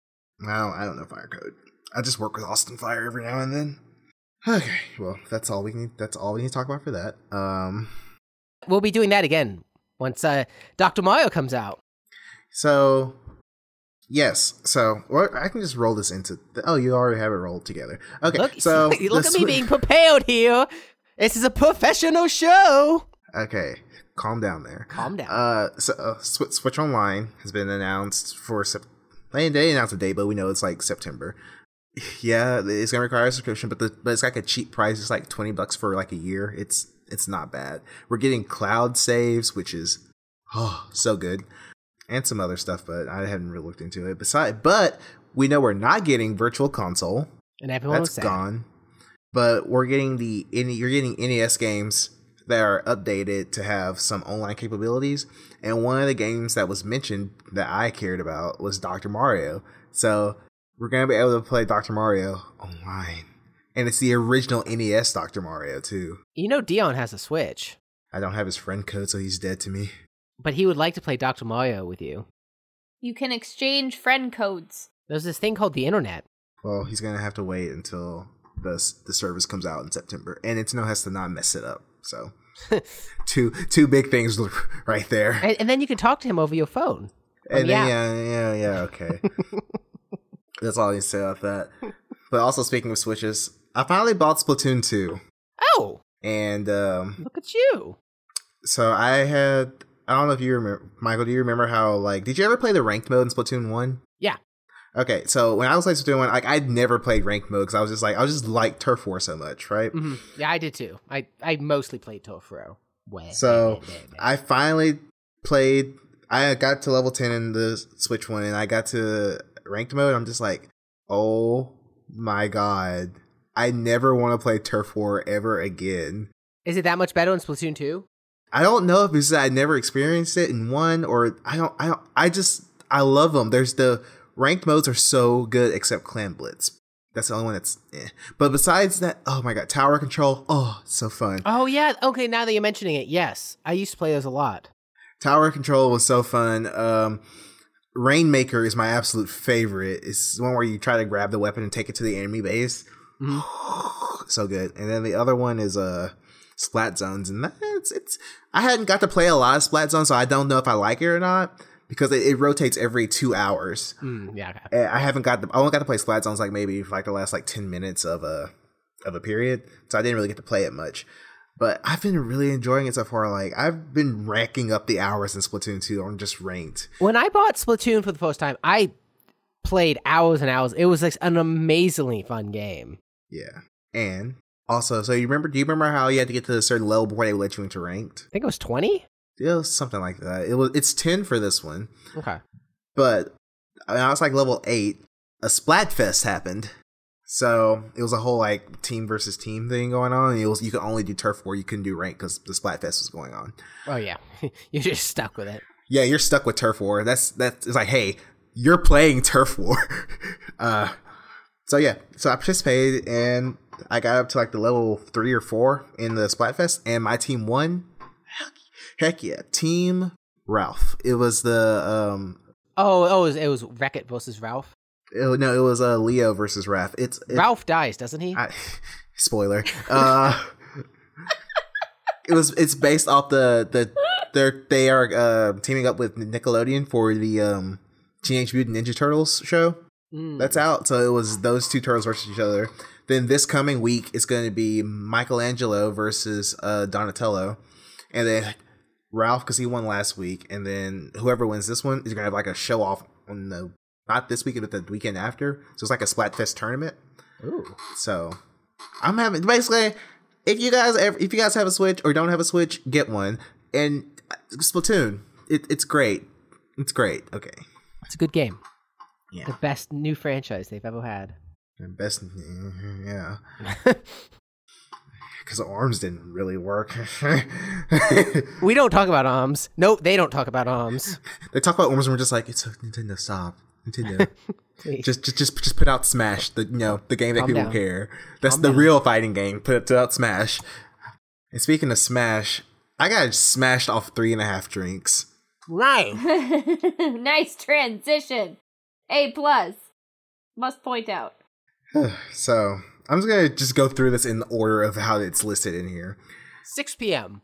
I don't, I don't know fire code. I just work with Austin Fire every now and then. Okay, well that's all we need. That's all we need to talk about for that. Um,
We'll be doing that again once uh, Dr. Mario comes out.
So, yes. So, or I can just roll this into. The, oh, you already have it rolled together. Okay.
Look,
so
*laughs* look
the
at me
swi-
being prepared here. This is a professional show.
*laughs* Okay, calm down there.
Calm down.
Uh, so uh, Swi- Switch Online has been announced for Sep- They they announced a date, but we know it's like September. *sighs* Yeah, it's gonna require a subscription, but the but it's like a cheap price. It's like twenty bucks for like a year. It's it's not bad. We're getting cloud saves, which is *sighs* oh so good, and some other stuff, but I haven't really looked into it. Besides, but we know we're not getting Virtual Console.
and everyone was
That's
sad.
gone. But we're getting the N- E, you're getting NES games that are updated to have some online capabilities. And one of the games that was mentioned that I cared about was Dr. Mario. So we're gonna be able to play Dr. Mario online. And it's the original NES Dr. Mario too.
You know Dion has a Switch,
I don't have his friend code, so he's dead to me.
but he would like to play Dr. Mario with you.
you can exchange friend codes. *laughs*
There's this thing called the internet.
Well, he's gonna have to wait until the s- the service comes out in September, and Nintendo has to not mess it up. So, two two big things right there.
And, and then you can talk to him over your phone. Um,
And then, yeah, yeah, yeah, okay. That's all I need to say about that. But also, speaking of switches, I finally bought Splatoon 2.
Oh,
And um,
look at you.
so I had, I don't know if you remember, Michael, do you remember how, like, did you ever play the ranked mode in Splatoon 1?
Yeah.
Okay, so when I was playing Splatoon 1, like, I'd never played ranked mode because I was just like, I was just like Turf War so much, right?
Mhm. Yeah, I did too. I, I mostly played Torf Row. Way,
So,
way, way, way.
I finally played. I got to level ten in the Switch one, and I got to ranked mode. I'm just like, oh my god, I never want to play turf war ever again.
is it that much better in Splatoon two?
I don't know if it's that I never experienced it in one, or I don't. I don't. I just I love them. There's the ranked modes are so good, except Clan Blitz. That's the only one that's. Eh. But besides that, oh my god, tower control. Oh, so fun.
Oh yeah. Okay, now that you're mentioning it, yes, I used to play those a lot.
Tower Control was so fun. Um, Rainmaker is my absolute favorite. It's the one where you try to grab the weapon and take it to the enemy base.
Mhm.
*sighs* so good. And then the other one is uh Splat Zones, and that's it's. I hadn't got to play a lot of Splat Zones, so I don't know if I like it or not because it, it rotates every two hours.
Mm, yeah. okay.
And Eh, I haven't got the I only got to play Splat Zones like maybe for like the last like ten minutes of a of a period, so I didn't really get to play it much. But I've been really enjoying it so far. Like I've been racking up the hours in Splatoon 2 on just ranked.
When I bought Splatoon for the first time, I played hours and hours. It was like an amazingly fun game.
Yeah. And also, so you remember do you remember how you had to get to a certain level before they would let you into ranked?
I think it was twenty.
It was something like that. It was it's ten for this one.
Okay.
But when I was like level eight, a Splatfest happened. So it was a whole like team versus team thing going on. And it was you could only do turf war, you couldn't do rank because the Splatfest was going on.
Oh yeah, *laughs* you're just stuck with it.
Yeah, you're stuck with turf war. That's that's it's like, hey, you're playing turf war. *laughs* uh so yeah, so I participated and I got up to like the level three or four in the Splatfest, and my team won. Heck, heck yeah, Team Ralph. It was the um
Oh, oh, it was, it was Wreck It versus Ralph.
it- no, it was uh, Leo versus Raph. It's, it's
Ralph dies, doesn't he?
I, *laughs* spoiler. Uh, it was. It's based off the the they're they are uh, teaming up with Nickelodeon for the um, Teenage Mutant Ninja Turtles show
Mm.
that's out. So it was those two turtles versus each other. Then this coming week it's going to be Michelangelo versus uh, Donatello, and then Ralph because he won last week, and then whoever wins this one is going to have like a show off on the not this weekend but the weekend after. So it's like a Splatfest tournament.
Ooh.
So I'm having basically if you guys ever, if you guys have a Switch or don't have a Switch, get one. And uh, Splatoon, it, it's great. It's great. Okay.
It's a good game.
Yeah.
The best *laughs* new franchise they've ever had.
Best. Yeah. because arms didn't really work. *laughs*
We don't talk about OMS. Nope, they don't talk about OMS.
they talk about arms and we're just like, it's a Nintendo stop.
*laughs*
Nintendo,
Please.
just, just just just put out Smash, the you know the game that
Calm
people
down.
care. That's
Calm
the
down.
real fighting game. Put out Smash. And speaking of Smash, I got smashed off three and a half drinks. *sighs*
Right.
nice transition. A plus. Must point out.
So I'm just gonna just go through this in the order of how it's listed in here.
6 p.m.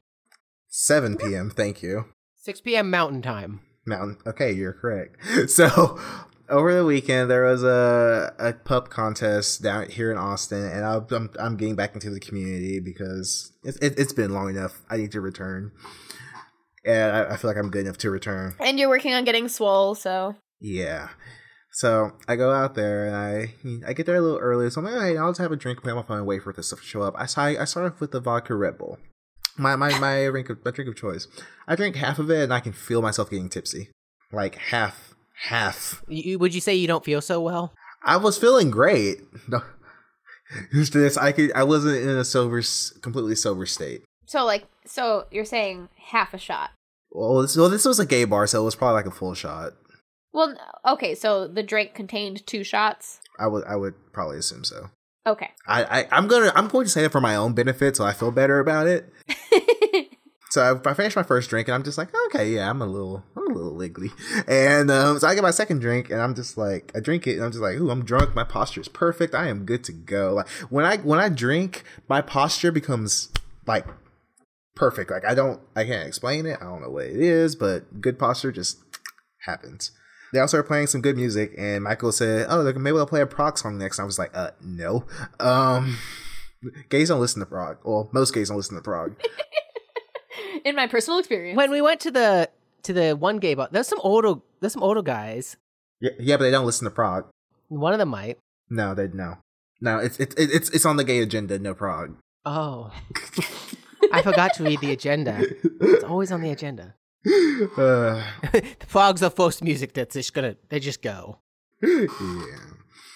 7 p.m. Thank you.
6 p.m. Mountain Time.
Mountain. Okay, you're correct. *laughs* So over the weekend there was a a pup contest down here in Austin, and I, I'm I'm getting back into the community because it, it, it's been long enough. I need to return, and I, I feel like I'm good enough to return.
And you're working on getting swole, so
Yeah. So I go out there and I I get there a little early. So I'm like, hey, I'll just have a drink, play on my phone, and wait for this stuff to show up. I saw I started off with the vodka Red Bull, my my my drink of, my drink of choice. I drink half of it and I can feel myself getting tipsy, like half half.
You, you- would you say you don't feel so well?
I was feeling great. *laughs* Just this, I could I wasn't in a sober, s- completely sober state.
so like so you're saying half a shot.
Well, this, well, this was a gay bar, so it was probably like a full shot.
Well, n- okay, so the drink contained two shots.
I would I would probably assume so.
Okay. *laughs*
I, I I'm gonna I'm going to say that for my own benefit, so I feel better about it. So I, I finished my first drink, and I'm just like, okay, yeah, I'm a little I'm a little wiggly. And um, so I get my second drink, and I'm just like, I drink it, and I'm just like, ooh, I'm drunk. My posture is perfect. I am good to go. Like when I when I drink, my posture becomes like perfect. Like I don't I can't explain it. I don't know what it is, but good posture just happens. They also started playing some good music, and Michael said, "Oh, they're- maybe they'll play a prog song next." And I was like, "Uh, no. Um, *laughs* gays don't listen to prog. Well, most gays don't listen to prog.
In my personal experience.
When we went to the to the one gay bar, there's some older there's some older guys.
yeah, yeah, but they don't listen to prog.
One of them might.
No, they no, no. It's it's it- it's it's on the gay agenda. No prog.
Oh, I forgot to read the agenda. It's always on the agenda.
*laughs*
*laughs*
uh, *laughs*
the frogs are first music that's just gonna they just go.
yeah,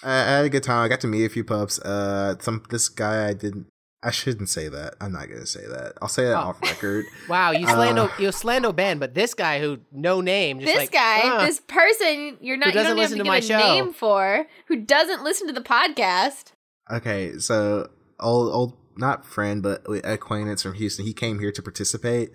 I, I had a good time. I got to meet a few pups. Uh, some this guy I didn't. I shouldn't say that. I'm not gonna say that. I'll say that
Oh.
off record.
Wow, you slando
Uh.
you slando Ben, but this guy who no name, just
this
like,
guy,
"Huh,
this person you're not you
doesn't
don't
listen
even
to
give
my
a
show.
name for, who doesn't listen to the podcast.
Okay, so old old not friend but acquaintance from Houston. He came here to participate,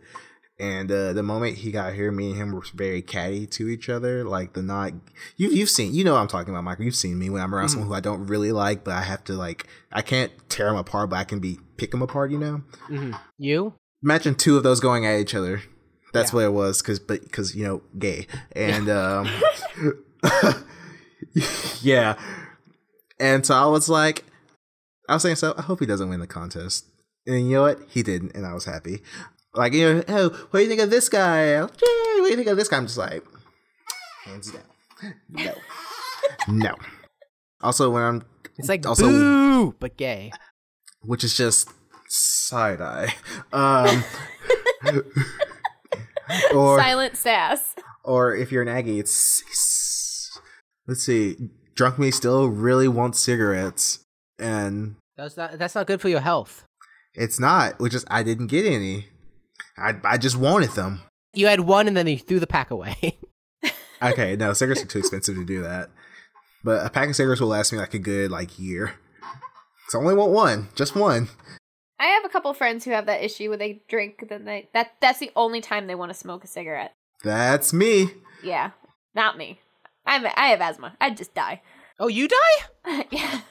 and uh, the moment he got here, me and him were very catty to each other. Like the not you you've seen you know what I'm talking about, Michael. You've seen me when I'm around
Mhm.
someone who I don't really like, but I have to like I can't tear them apart, but I can be pick them apart. You know,
mhm, you?
imagine two of those going at each other. That's
Yeah.
what it was, cause but cause you know gay and um, *laughs* yeah, and so I was like, I was saying so. I hope he doesn't win the contest. And you know what? He didn't, and I was happy. Like you know, oh, what do you think of this guy? Yay, what do you think of this guy? I'm just like, hands down, no, no. Also, when I'm,
It's like
Also-
boo, but gay.
which is just side eye, um, or
Silent sass.
or if you're an Aggie, it's let's see. Drunk me still really wants cigarettes, and
That's not that's not good for your health.
it's not. Which is I didn't get any. I I just wanted them.
You had one and then you threw the pack away. *laughs*
Okay, no, cigarettes are too expensive to do that. But a pack of cigarettes will last me like a good like year. So I only want one, just one.
I have a couple friends who have that issue where they drink then they that that's the only time they want to smoke a cigarette.
That's me.
Yeah, not me. I'm I have asthma. I'd just die. *laughs*
oh, you die?
yeah.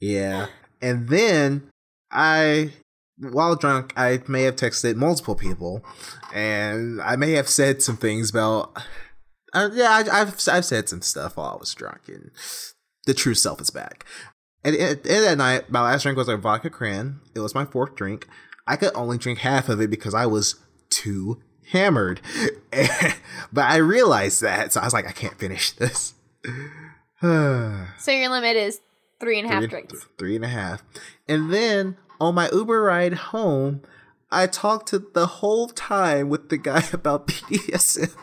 Yeah. And then I, while drunk, I may have texted multiple people, and I may have said some things about. Uh, yeah, I, I've I've said some stuff while I was drunk, and the true self is back. And at the end of that night, my last drink was a vodka cran. It was my fourth drink. I could only drink half of it because I was too hammered. *laughs* but I realized that, so I was like, I can't finish this. *sighs*
So your limit is three and a half
Three-
drinks.
th- three and a half. And then on my Uber ride home, I talked to the whole time with the guy *laughs* about BDSM.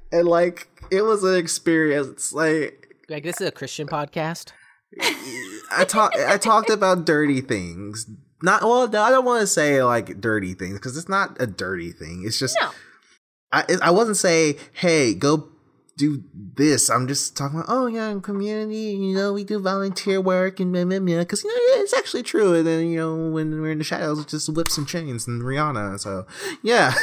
*laughs* and like it was an experience. Like
Like this is a Christian podcast.
I talked I talked about dirty things. Not well. No, I don't want to say like dirty things because it's not a dirty thing. It's just
No.
I it- I wasn't saying hey go do this. I'm just talking about oh yeah in community. You know we do volunteer work and because you know it's actually true. And then you know when we're in the shadows, it's just whips and chains and Rihanna. So yeah. *laughs*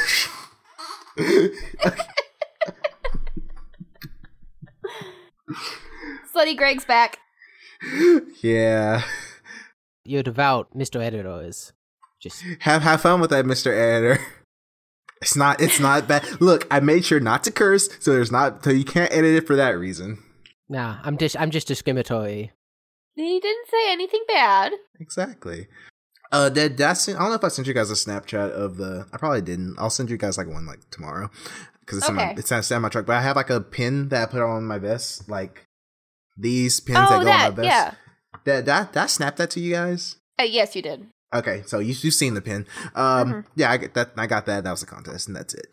Slutty Greg's back.
yeah.
Your devout Mr. Editor is just
Have have fun with that, Mr. Editor. *laughs* It's not it's not bad. Look, I made sure not to curse, so there's not so you can't edit it for that reason.
nah. I'm just I'm just discriminatory.
He didn't say anything bad. exac
Exactly. Uh did, did I, send, I don't know if I sent you guys a Snapchat of the I probably didn't. I'll send you guys like one like tomorrow. Because it's, in my
Okay.
it's, it's in my truck. But I have like a pin that I put on my vest, like these pins that
oh,
go
that,
on my vest.
yeah.
Did, did, I, did I snap that to you guys?
Uh, yes, you did. *laughs*
Okay, so you you've seen the pin. Um,
Mhm.
yeah, I get that. I got that. That was a contest, and that's it.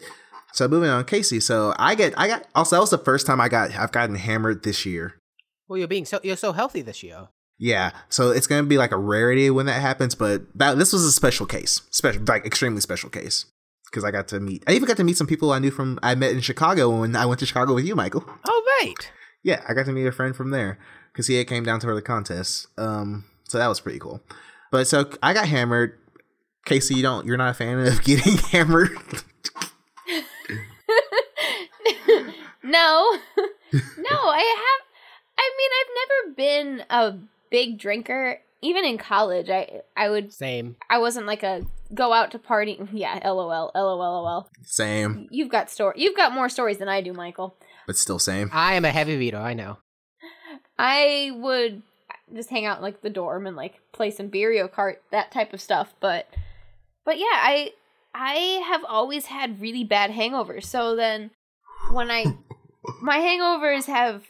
So moving on, Casey. So I get, I got. Also, that was the first time I got. I've gotten hammered this year.
Well, you're being so you're so healthy this year.
Yeah, so it's gonna be like a rarity when that happens, but that this was a special case, special like extremely special case because I got to meet. I even got to meet some people I knew from I met in Chicago when I went to Chicago with you, Michael.
Oh right.
Yeah, I got to meet a friend from there because he had came down to the contest. Um, so that was pretty cool. But so I got hammered. Casey, you don't. You're not a fan of *laughs* getting hammered.
no. *laughs* no, I have I mean, I've never been a big drinker. Even in college, I I would
Same.
I wasn't like a go out to party. *laughs* Yeah, lol, lol, lol.
same,
You've got story. You've got more stories than I do, Michael.
but still same.
I am a heavy reader. I know.
I would just hang out in, like the dorm and like play some Beerio Kart, that type of stuff. But but yeah, I I have always had really bad hangovers. So then when I my hangovers have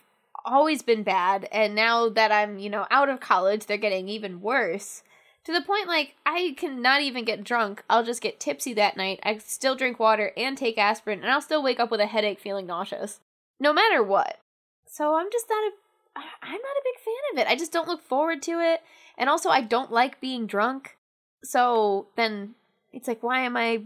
always been bad, and now that I'm you know out of college, they're getting even worse. To the point like I can not even get drunk. I'll just get tipsy that night. I still drink water and take aspirin, and I'll still wake up with a headache, feeling nauseous, no matter what. So I'm just not a I- I'm not a big fan of it. I just don't look forward to it. And also, I don't like being drunk. So then it's like, why am I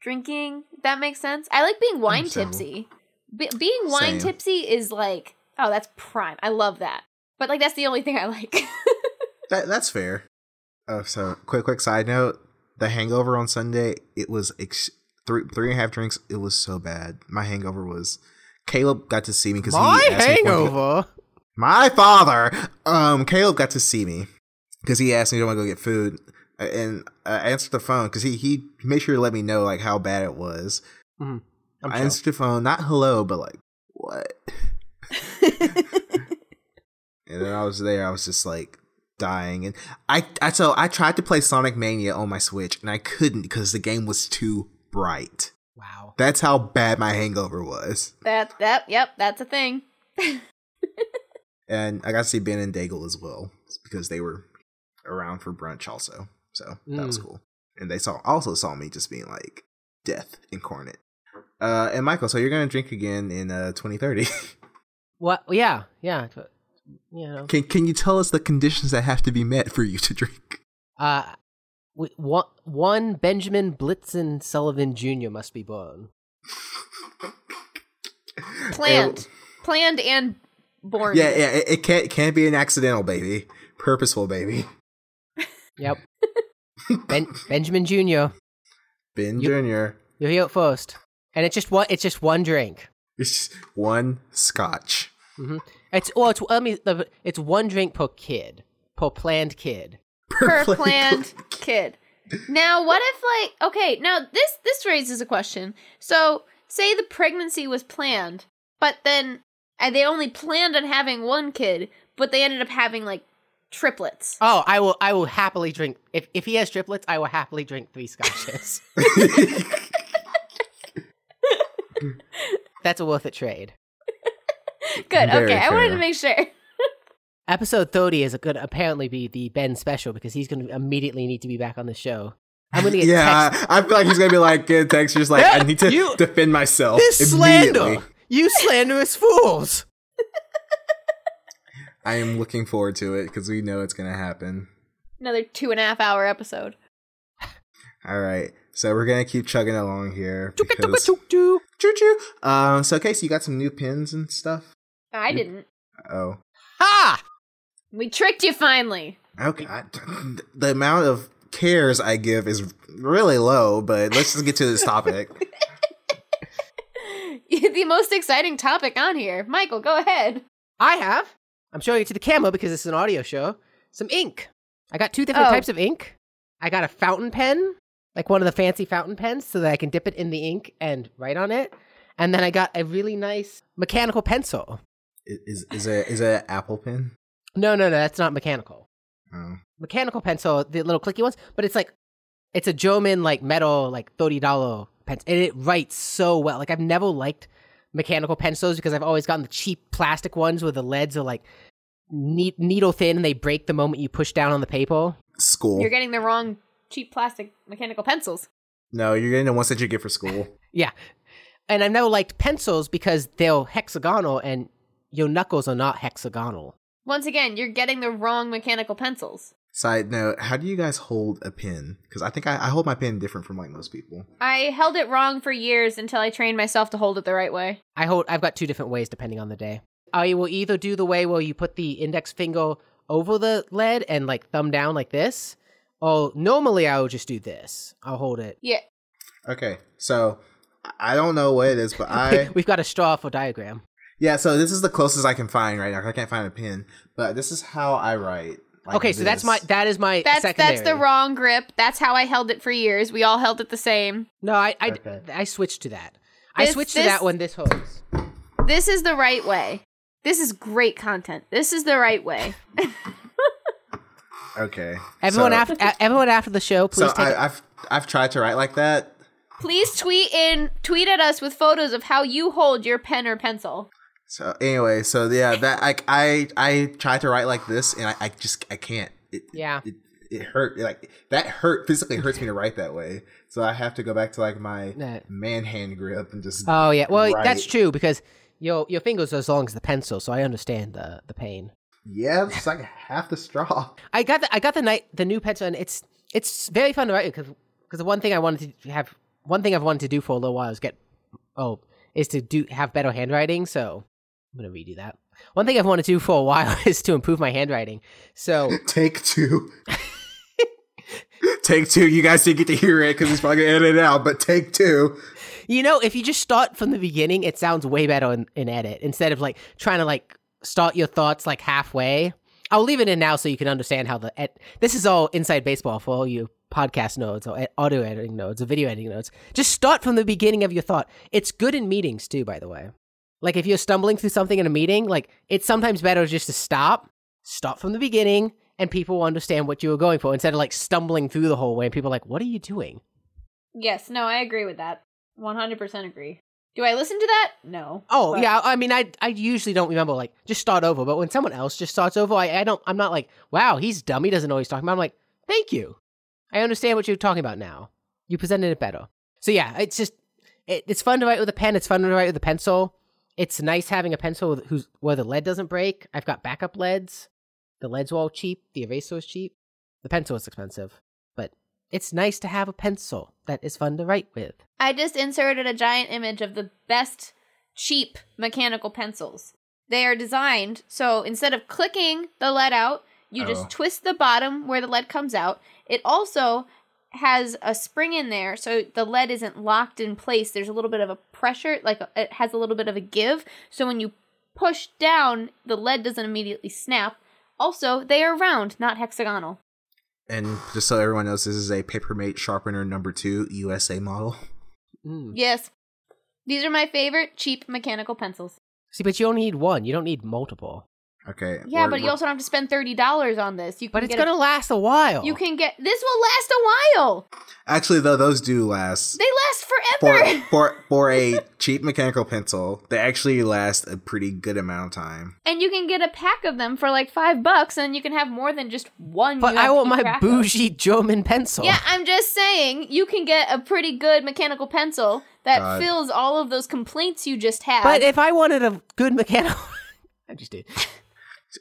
drinking? If That makes sense. I like being wine
so.
tipsy. Be- being wine
Same.
tipsy is like, oh, that's prime. I love that. But like, that's the only thing I like. *laughs*
That that's fair. Uh, so quick, quick side note: the hangover on Sunday, it was ex- three three and a half drinks. It was so bad. My hangover was. Caleb got to see me because
My
he asked me if I wanted to-
hangover.
my father um caleb got to see me because he asked me do i want to go get food uh, and i answered the phone because he he made sure to let me know like how bad it was
I'm
i
chill.
answered the phone not hello but like
*laughs*
what and then i was there i was just like dying and i i so i tried to play sonic mania on my switch and i couldn't because the game was too bright
Wow.
that's how bad my hangover was
that, that, yep, that's a thing.
and i got to see ben and daigle as well because they were around for brunch also so that was
Mm.
cool and they saw also saw me just being like death incarnate uh and michael so you're gonna drink again in uh 2030
What? Yeah. Yeah. t- You know.
*laughs* can can you tell us the conditions that have to be met for you to drink
Uh, we, one, one Benjamin Blitzen Sullivan Jr. must be born.
Planned. Planned and born.
yeah yeah it, it can't can't be an accidental baby purposeful baby
Yep. ben, Benjamin Jr.
ben
You-
jr
You hear it first, and it's just one. It's just one drink. Mm-hmm.
it's just one scotch
It's well, it's I mean, the- it's one drink per kid, per planned kid.
*laughs*
per planned kid. Now, what if like okay, now this this raises a question. So, say the pregnancy was planned, but then and they only planned on having one kid, but they ended up having like triplets.
Oh, I will. I will happily drink. If if he has triplets, I will happily drink three scotches.
*laughs*
That's a worth it trade.
Good.
very
Okay, I wanted to
fair.
make sure. *laughs*
Episode thirty is going to apparently be the Ben special because he's going to immediately need to be back on the show. I'm going to get
*laughs* yeah,
text-
I, I feel like he's gonna be like, "Good text." Just like, I need to
*laughs* You-
defend myself.
This
immediately.
slander, you slanderous fools!
I am looking forward to it because we know it's gonna happen.
Another two and a half hour episode.
All right, so we're gonna keep chugging along here because
Choo choo.
choo choo. Um, so Casey, you got some new pins and stuff.
I didn't.
Oh,
Ha!
We tricked you finally. *laughs*
okay. I- oh *laughs* the amount of cares I give is really low, but let's just get to this
*laughs*
topic.
the most exciting topic on here. Michael, go ahead.
I have. I'm showing it to the camera because it's an audio show. Some ink. I got two different
Oh.
types of ink. I got a fountain pen, like one of the fancy fountain pens, so that I can dip it in the ink and write on it. And then I got a really nice mechanical pencil.
Is is a is a Apple pin?
No, no, no, that's not mechanical.
Oh,
Mechanical pencil, the little clicky ones, but it's like it's a Jomin like metal like thirty dollar pencil, and it writes so well. Like I've never liked mechanical pencils because I've always gotten the cheap plastic ones where the leads are like ne- needle thin and they break the moment you push down on the paper.
school.
You're getting the wrong cheap plastic mechanical pencils.
no, you're getting the ones that you get for school.
*laughs*
Yeah, and I've never liked pencils because they're hexagonal and your knuckles are not hexagonal.
Once again, you're getting the wrong mechanical pencils.
Side note: How do you guys hold a pin? Because I think I, I hold my pin different from like most people.
I held it wrong for years until I trained myself to hold it the right way.
I hold. I've got two different ways depending on the day. I will either do the way where you put the index finger over the lead and like thumb down like this. Or normally I will just do this. I'll hold it.
Yeah.
Okay, so I- I don't know what it is,
*laughs*
but I
*laughs* We've got a straw for diagram.
yeah. So this is the closest I can find right now. 'cause I can't find a pin, but this is how I write. like
okay, so that's
this.
my that is my
That's
secondary.
that's the wrong grip. That's how I held it for years. We all held it the same.
No, I I,
Okay.
I switched to that. I
This-
switched to
this-
that when this holds.
This is the right way. This is great content. This is the right way.
okay.
Everyone
so,
after a- everyone after the show, please
So
take.
I,
a-
I've I've tried to write like that.
Please tweet in tweet at us with photos of how you hold your pen or pencil.
So anyway, so yeah, that I I I tried to write like this, and I, I just I can't. It,
yeah.
It, it hurt like that hurt physically hurts me to write that way. So I have to go back to like my
No.
man hand grip and just
Oh yeah. Well,
Right.
that's true because your your fingers are as long as the pencil, so I understand the the pain.
yeah, it's like half the straw.
I got the I got the night the new pencil and it's it's very fun to write because because the one thing I wanted to have one thing I've wanted to do for a little while is get oh is to do have better handwriting so I'm gonna redo that one thing I've wanted to do for a while *laughs* is to improve my handwriting so
Take two. take two. You guys didn't get to hear it because it's probably gonna edit it out. But take two.
you know if you just start from the beginning it sounds way better in, in edit instead of like trying to like start your thoughts like halfway I'll leave it in now so you can understand how the ed- this is all inside baseball for all you podcast nodes or ed- audio editing nodes or video editing nodes. Just start from the beginning of your thought. It's good in meetings too, by the way. Like if you're stumbling through something in a meeting, like it's sometimes better just to stop, start from the beginning, and people will understand what you were going for instead of like stumbling through the whole way. And people are like, "What are you doing?"
Yes, no, I agree with that. 100% agree. Do I listen to that? No.
Oh
But-
yeah, I mean, I I usually don't remember like just start over, but when someone else just starts over, I, I don't. I'm not like, wow, he's dumb. He doesn't know what he's talking about. I'm like, thank you. I understand what you're talking about now. You presented it better. So yeah, it's just it, it's fun to write with a pen. It's fun to write with a pencil. It's nice having a pencil with- who's where the lead doesn't break. I've got backup leads. The leads were all cheap. The eraser is cheap. The pencil is expensive, but it's nice to have a pencil that is fun to write with.
I just inserted a giant image of the best cheap mechanical pencils. They are designed so instead of clicking the lead out, you
Oh.
just twist the bottom where the lead comes out. It also has a spring in there so the lead isn't locked in place. There's a little bit of a pressure, like uh, it has a little bit of a give. So when you push down, the lead doesn't immediately snap. Also, they are round, not hexagonal.
And just so everyone knows, this is a Papermate Sharpener Number Two USA model.
Mm.
Yes. These are my favorite cheap mechanical pencils.
See, but you only need one. You don't need multiple.
Okay.
Yeah,
we're-
but you
we're-
also don't have to spend thirty dollars on this. You can
But it's
get
gonna last a while.
a, you can get this will last a while.
actually though those do last
They last
for
forever.
*laughs* for for a cheap mechanical pencil. They actually last a pretty good amount of time.
*laughs* and you can get a pack of them for like five bucks, and you can have more than just one.
But
you have
I
to
want
keep
my
track of.
bougie German pencil.
Yeah, I'm just saying you can get a pretty good mechanical pencil that
God.
fills all of those complaints you just had.
*laughs* But if I wanted a good mechanical, I'm just dude.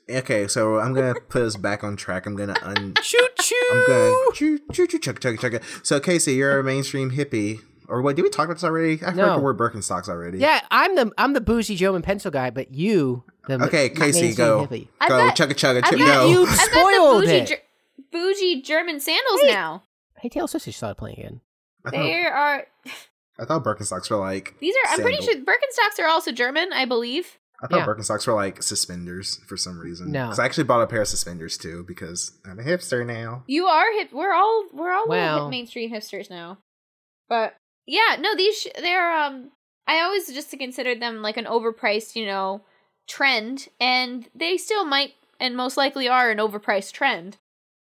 Okay, so I'm gonna put us back on track. I'm gonna un.
*laughs* Choo choo.
I'm gonna choo choo choo chuck chuck chuck. So Casey, you're a mainstream hippie, or what? Did we talk about this already? I
No.
heard the word Birkenstocks already.
Yeah, I'm the I'm the bougie Joe and pencil guy, but you the
Okay,
ma-
Casey,
mainstream
go
hippie.
I've
go
got-
chugga chugga
I've
chugga
got
go.
you-
I've
Spoiled
got the bougie,
it.
Ger- bougie German sandals
*laughs*
now.
Hey, Taylor Swift started playing again.
*laughs* I, thought,
There are
I thought Birkenstocks were like.
these are. I'm pretty sure
Sandal.
Birkenstocks are also German, I believe.
I thought
Yeah.
Birkenstocks were like suspenders for some reason.
No.
'Cause I actually bought a pair of suspenders too because I'm a hipster now.
You are hip. We're all we're all little
Wow.
hip mainstream hipsters now. But yeah, no, these sh- they're um. I always just considered them like an overpriced, you know, trend, and they still might and most likely are an overpriced trend.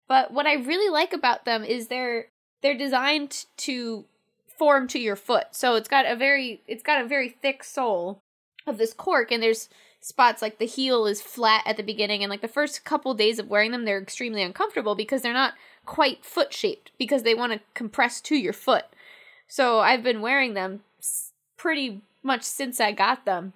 But what I really like about them is they're they're designed to form to your foot. So it's got a very it's got a very thick sole of this cork and there's spots like the heel is flat at the beginning and like the first couple days of wearing them they're extremely uncomfortable because they're not quite foot shaped because they want to compress to your foot. So I've been wearing them s- pretty much since I got them.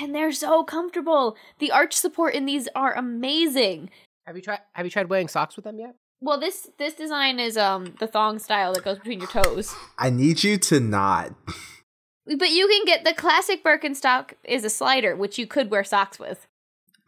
And they're so comfortable. The arch support in these are amazing.
Have you tried Have you tried wearing socks with them yet?
Well, this this design is um the thong style that goes between your toes.
I need you to not.
But you can get the classic Birkenstock is a slider, which you could wear socks with.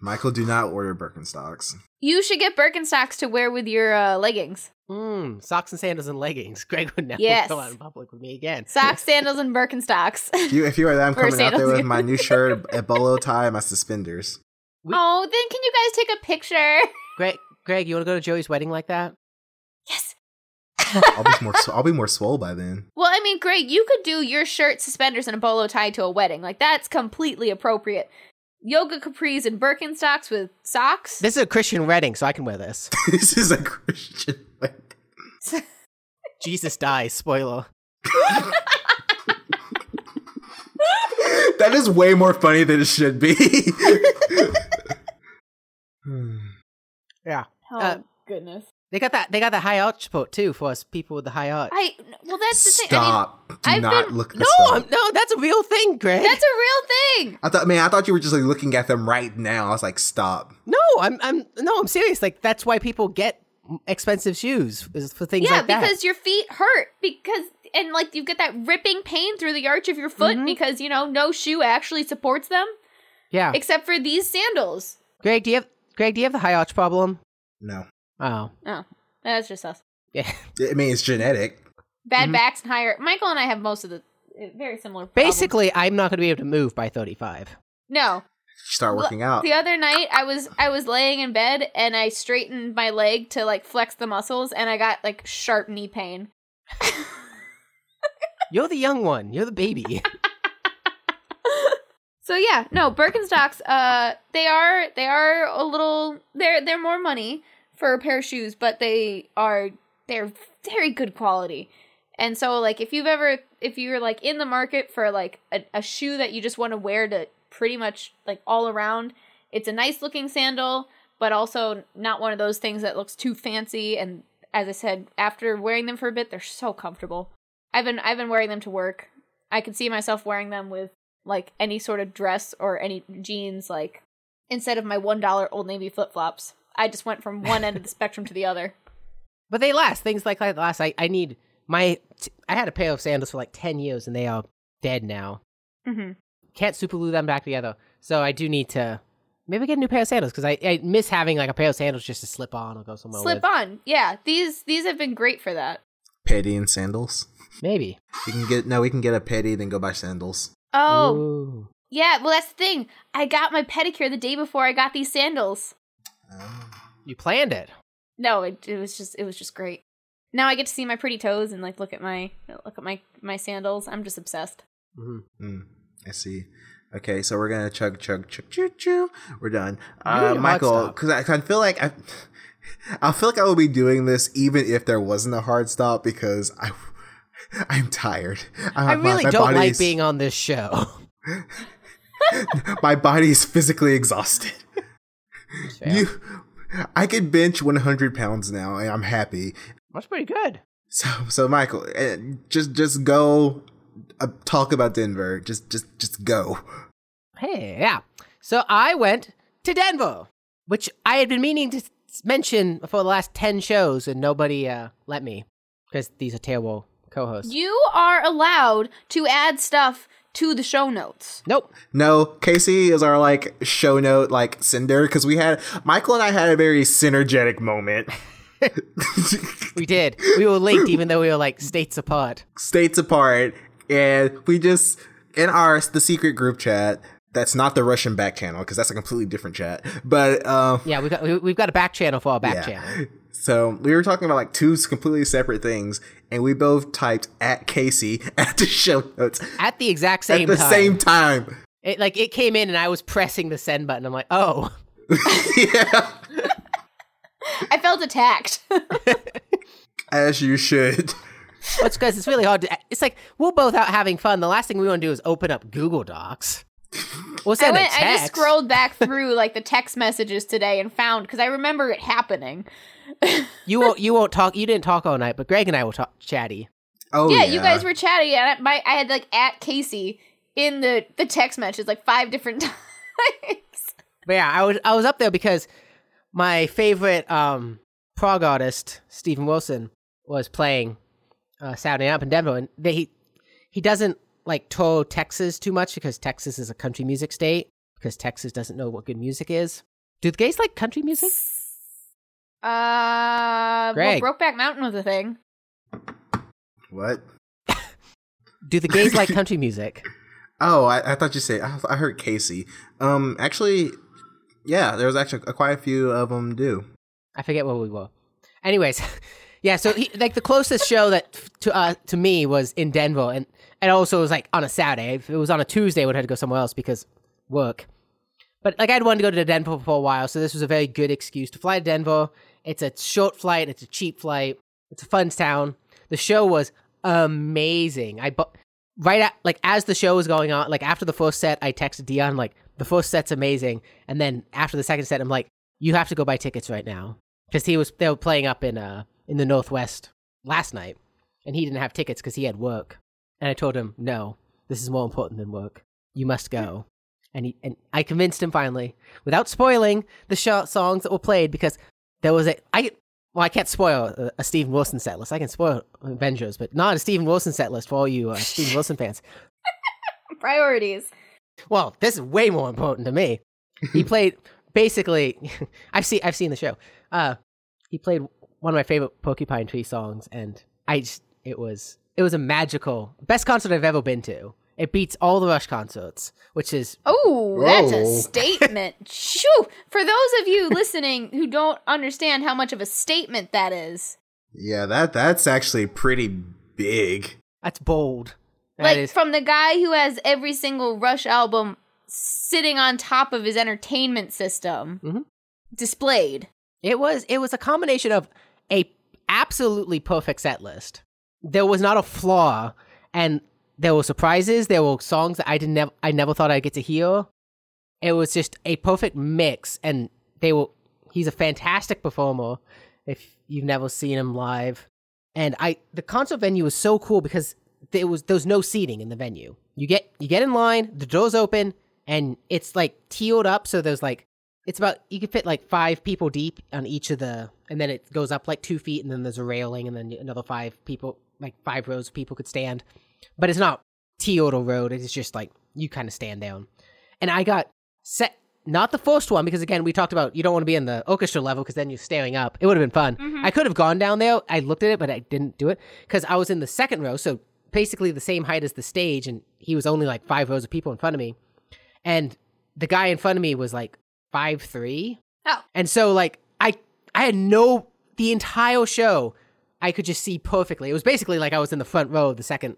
Michael, do not order Birkenstocks.
You should get Birkenstocks to wear with your uh, leggings.
Mm, socks and sandals and leggings. *laughs* Greg would never
Yes.
go out in public with me again.
Socks, sandals, and
*laughs*
Birkenstocks.
You, if you are that, I'm
Or
coming out there
sandals.
with my new shirt, a bolo tie, and my suspenders.
We-
oh, then can you guys take a picture?
Greg, Greg, you want to go to Joey's wedding like that?
Yes.
I'll be more. I'll be more swole by then. *laughs*
Well, I mean, Greg, you could do your shirt, suspenders, and a bolo tie to a wedding. Like that's completely appropriate. Yoga capris and Birkenstocks with socks.
This is a Christian wedding, so I can wear this. *laughs*
this is a Christian. wedding.
Jesus dies. Spoiler.
that is way more funny than it should be. Hmm.
oh
uh,
goodness.
They got that. They got that high arch support too for us people with the high arch.
I well, that's the thing. I mean,
Stop. do
I've
not
been-
look this
no,
up.
I'm, no, that's a real thing, Greg.
that's a real thing.
I thought, man, I thought you were just like looking at them right now. I was like, stop.
no, I'm, I'm, no, I'm serious. Like that's why people get expensive shoes is for things
Yeah,
like that.
because your feet hurt because and like you get that ripping pain through the arch of your foot
Mhm.
because you know no shoe actually supports them
yeah,
except for these sandals.
Greg, do you have Greg? Do you have the high arch problem?
No,
Oh,
That's just us.
yeah.
I mean it's genetic.
Bad
Mhm.
backs and higher. Michael and I have most of the uh, very similar. problems.
Basically, I'm not going to be able to move by 35.
no.
Start
Look,
working out.
The other night I was I was laying in bed and I straightened my leg to like flex the muscles and I got like sharp knee pain.
You're the young one. You're the
*laughs*
baby.
So yeah, no, Birkenstocks uh they are they are a little they're they're more money for a pair of shoes, but they are they're very good quality. And so like if you've ever if you're like in the market for like a, a shoe that you just want to wear to pretty much like all around, it's a nice looking sandal, but also not one of those things that looks too fancy and as I said, after wearing them for a bit, they're so comfortable. I've been I've been wearing them to work. I could see myself wearing them with like any sort of dress or any jeans like instead of my one dollar old navy flip-flops i just went from one end of the spectrum to the other
but they last. Things like that last. I, I need my. T- I had a pair of sandals for like 10 years, and they are dead now.
mm-hmm.
Can't super glue them back together. So I do need to maybe get a new pair of sandals because I, I miss having like a pair of sandals just to slip on or go somewhere
slip
with.
on yeah these these have been great for that
Petty and sandals.
Maybe.
You can get no. We can get a petty, then go buy sandals.
oh
Ooh.
yeah well that's the thing i got my pedicure the day before i got these sandals
Oh.
you planned it.
no it, it was just it was just great now i get to see my pretty toes and like look at my look at my my sandals i'm just obsessed
hmm
Hmm, I see. Okay, so we're gonna chug, chug, chug, choo, choo. We're done. Uh,
Ooh, hard
Michael,
stop.
because I, 'cause I feel like I, I feel like I would be doing this even if there wasn't a hard stop because I, I'm tired.
I
Uh, my-
really
my
don't
body
like
is-
being on this show.
*laughs* My body is physically exhausted.
That's *laughs* fair.
You, *laughs* I could bench 100 pounds now, and I'm happy.
That's pretty good.
So, so Michael, eh, just just go. Uh, talk about Denver. Just, just, just go.
Hey, yeah. So I went to Denver which I had been meaning to s- mention for the last 10 shows and nobody uh, let me because these are terrible co hosts.
You are allowed to add stuff to the show notes.
nope.
No, Casey is our like show note like sender because we had Michael and I had a very synergetic moment. *laughs*
We did. We were linked even though we were like states apart.
states apart and we just in our the secret group chat that's not the russian back channel because that's a completely different chat but um
Yeah, we've got, we, we've got a back channel for our back
Yeah.
channel.
so we were talking about like two completely separate things and we both typed at casey *laughs* at the show notes
At the exact
at
same
the
time.
same time
It, like it came in and I was pressing the send button. I'm like, oh, *laughs*
yeah
I felt
*laughs*
attacked.
as you should *laughs*
what's because it's really hard to. It's like we're both out having fun. The last thing we want to do is open up Google Docs. We'll
I,
send a
went,
text.
I just scrolled
*laughs*
back through like the text messages today and found because I remember it happening.
You won't. You won't talk. You didn't talk all night, but Greg and I will talk chatty.
oh
yeah, you guys were chatting, and I, my I had like at Casey in the the text message like five different *laughs* times.
But yeah, I was I was up there because my favorite um prog artist Stephen Wilson was playing uh, Saturday Night Up in Denver, and they, he he doesn't like tow Texas too much because Texas is a country music state because Texas doesn't know what good music is. Do the gays like country music?
Uh,
Greg.
well, Brokeback Mountain was a thing.
what
Do the gays like country music?
oh i, I thought you said I, I heard casey um actually yeah there was actually quite a few of them do
I forget where we were. Anyways, *laughs* yeah. So he, like the closest show that to uh, to me was in Denver, and and also it was like on a Saturday. If it was on a Tuesday, I would have to go somewhere else because work. But like I'd wanted to go to Denver for a while, so this was a very good excuse to fly to Denver. It's a short flight. It's a cheap flight. It's a fun town. The show was amazing. I bu- right at like as the show was going on, like after the first set, I texted Dion like the first set's amazing, and then after the second set, I'm like, you have to go buy tickets right now because he was they were playing up in uh in the northwest last night, and he didn't have tickets because he had work, and I told him no, this is more important than work. You must go. And, he, and I convinced him finally, without spoiling the show, songs that were played, because there was a I well I can't spoil a, a Steven Wilson set list. I can spoil Avengers, but not a Steven Wilson set list for all you uh, Steven Wilson fans.
Priorities.
Well, this is way more important to me. He played basically. *laughs* I've seen I've seen the show. Uh, he played one of my favorite Porcupine Tree songs, and I just it was it was a magical best concert I've ever been to. It beats all the Rush concerts, which is
Oh, that's a
*laughs*
Whoa.
statement. Shoo! For those of you listening who don't understand how much of a statement that is,
Yeah, that that's actually pretty big.
that's bold. That
like
is
from the guy who has every single Rush album sitting on top of his entertainment system
Mhm.
displayed.
It was it was a combination of a absolutely perfect set list. There was not a flaw, and there were surprises. There were songs that I didn't nev- I never thought I'd get to hear. It was just a perfect mix, and they were. He's a fantastic performer. If you've never seen him live, and I the concert venue was so cool because there was there was no seating in the venue. You get you get in line, the doors open, and it's like tealed up, so there's like it's about you could fit like five people deep on each of the and then it goes up like two feet and then there's a railing and then another five people like five rows of people could stand but it's not Teodor road it's just like you kind of stand down and i got set not the first one because again we talked about you don't want to be in the orchestra level because then you're staring up it would have been fun i could have gone down there i looked at it but i didn't do it because i was in the second row so basically the same height as the stage and he was only like five rows of people in front of me and the guy in front of me was like five three.
Oh.
And so like I I had no the entire show I could just see perfectly. It was basically like I was in the front row of the second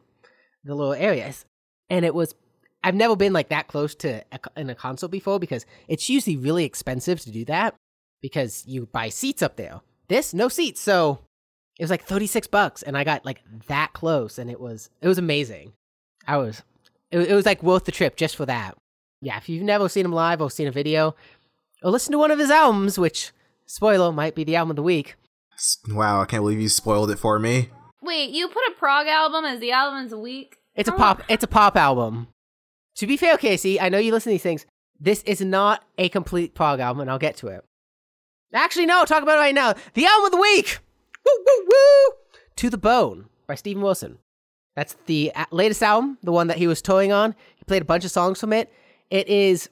the little areas. And it was I've never been like that close to a, co- in a console before because it's usually really expensive to do that because you buy seats up there. This no seats. So it was like 36 bucks and I got like that close and it was it was amazing. I was it, it was like worth the trip just for that yeah, if you've never seen him live or seen a video, or listened to one of his albums, which spoiler might be the album of the week.
S- Wow, I can't believe you spoiled it for me.
Wait, you put a prog album as the album of the week?
It's a
Oh.
pop. It's a pop album. To be fair, Casey, I know you listen to these things. This is not a complete prog album, and I'll get to it. Actually, no, talk about it right now. The album of the week! Woo, woo, woo! To the Bone by Steven Wilson. That's the a- latest album, the one that he was toying on. He played a bunch of songs from it. It is,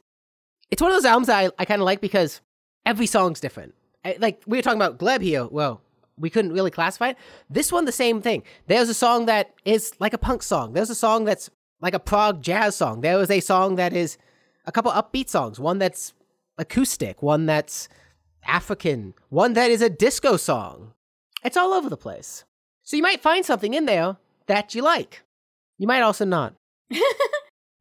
it's one of those albums that I, I kind of like because every song's different. I- like, we were talking about Gleb here. Well, we couldn't really classify it. This one, the same thing. There's a song that is like a punk song. There's a song that's like a prog jazz song. There was a song that is a couple upbeat songs. One that's acoustic. One that's African. One that is a disco song. It's all over the place. So you might find something in there that you like. You might also not.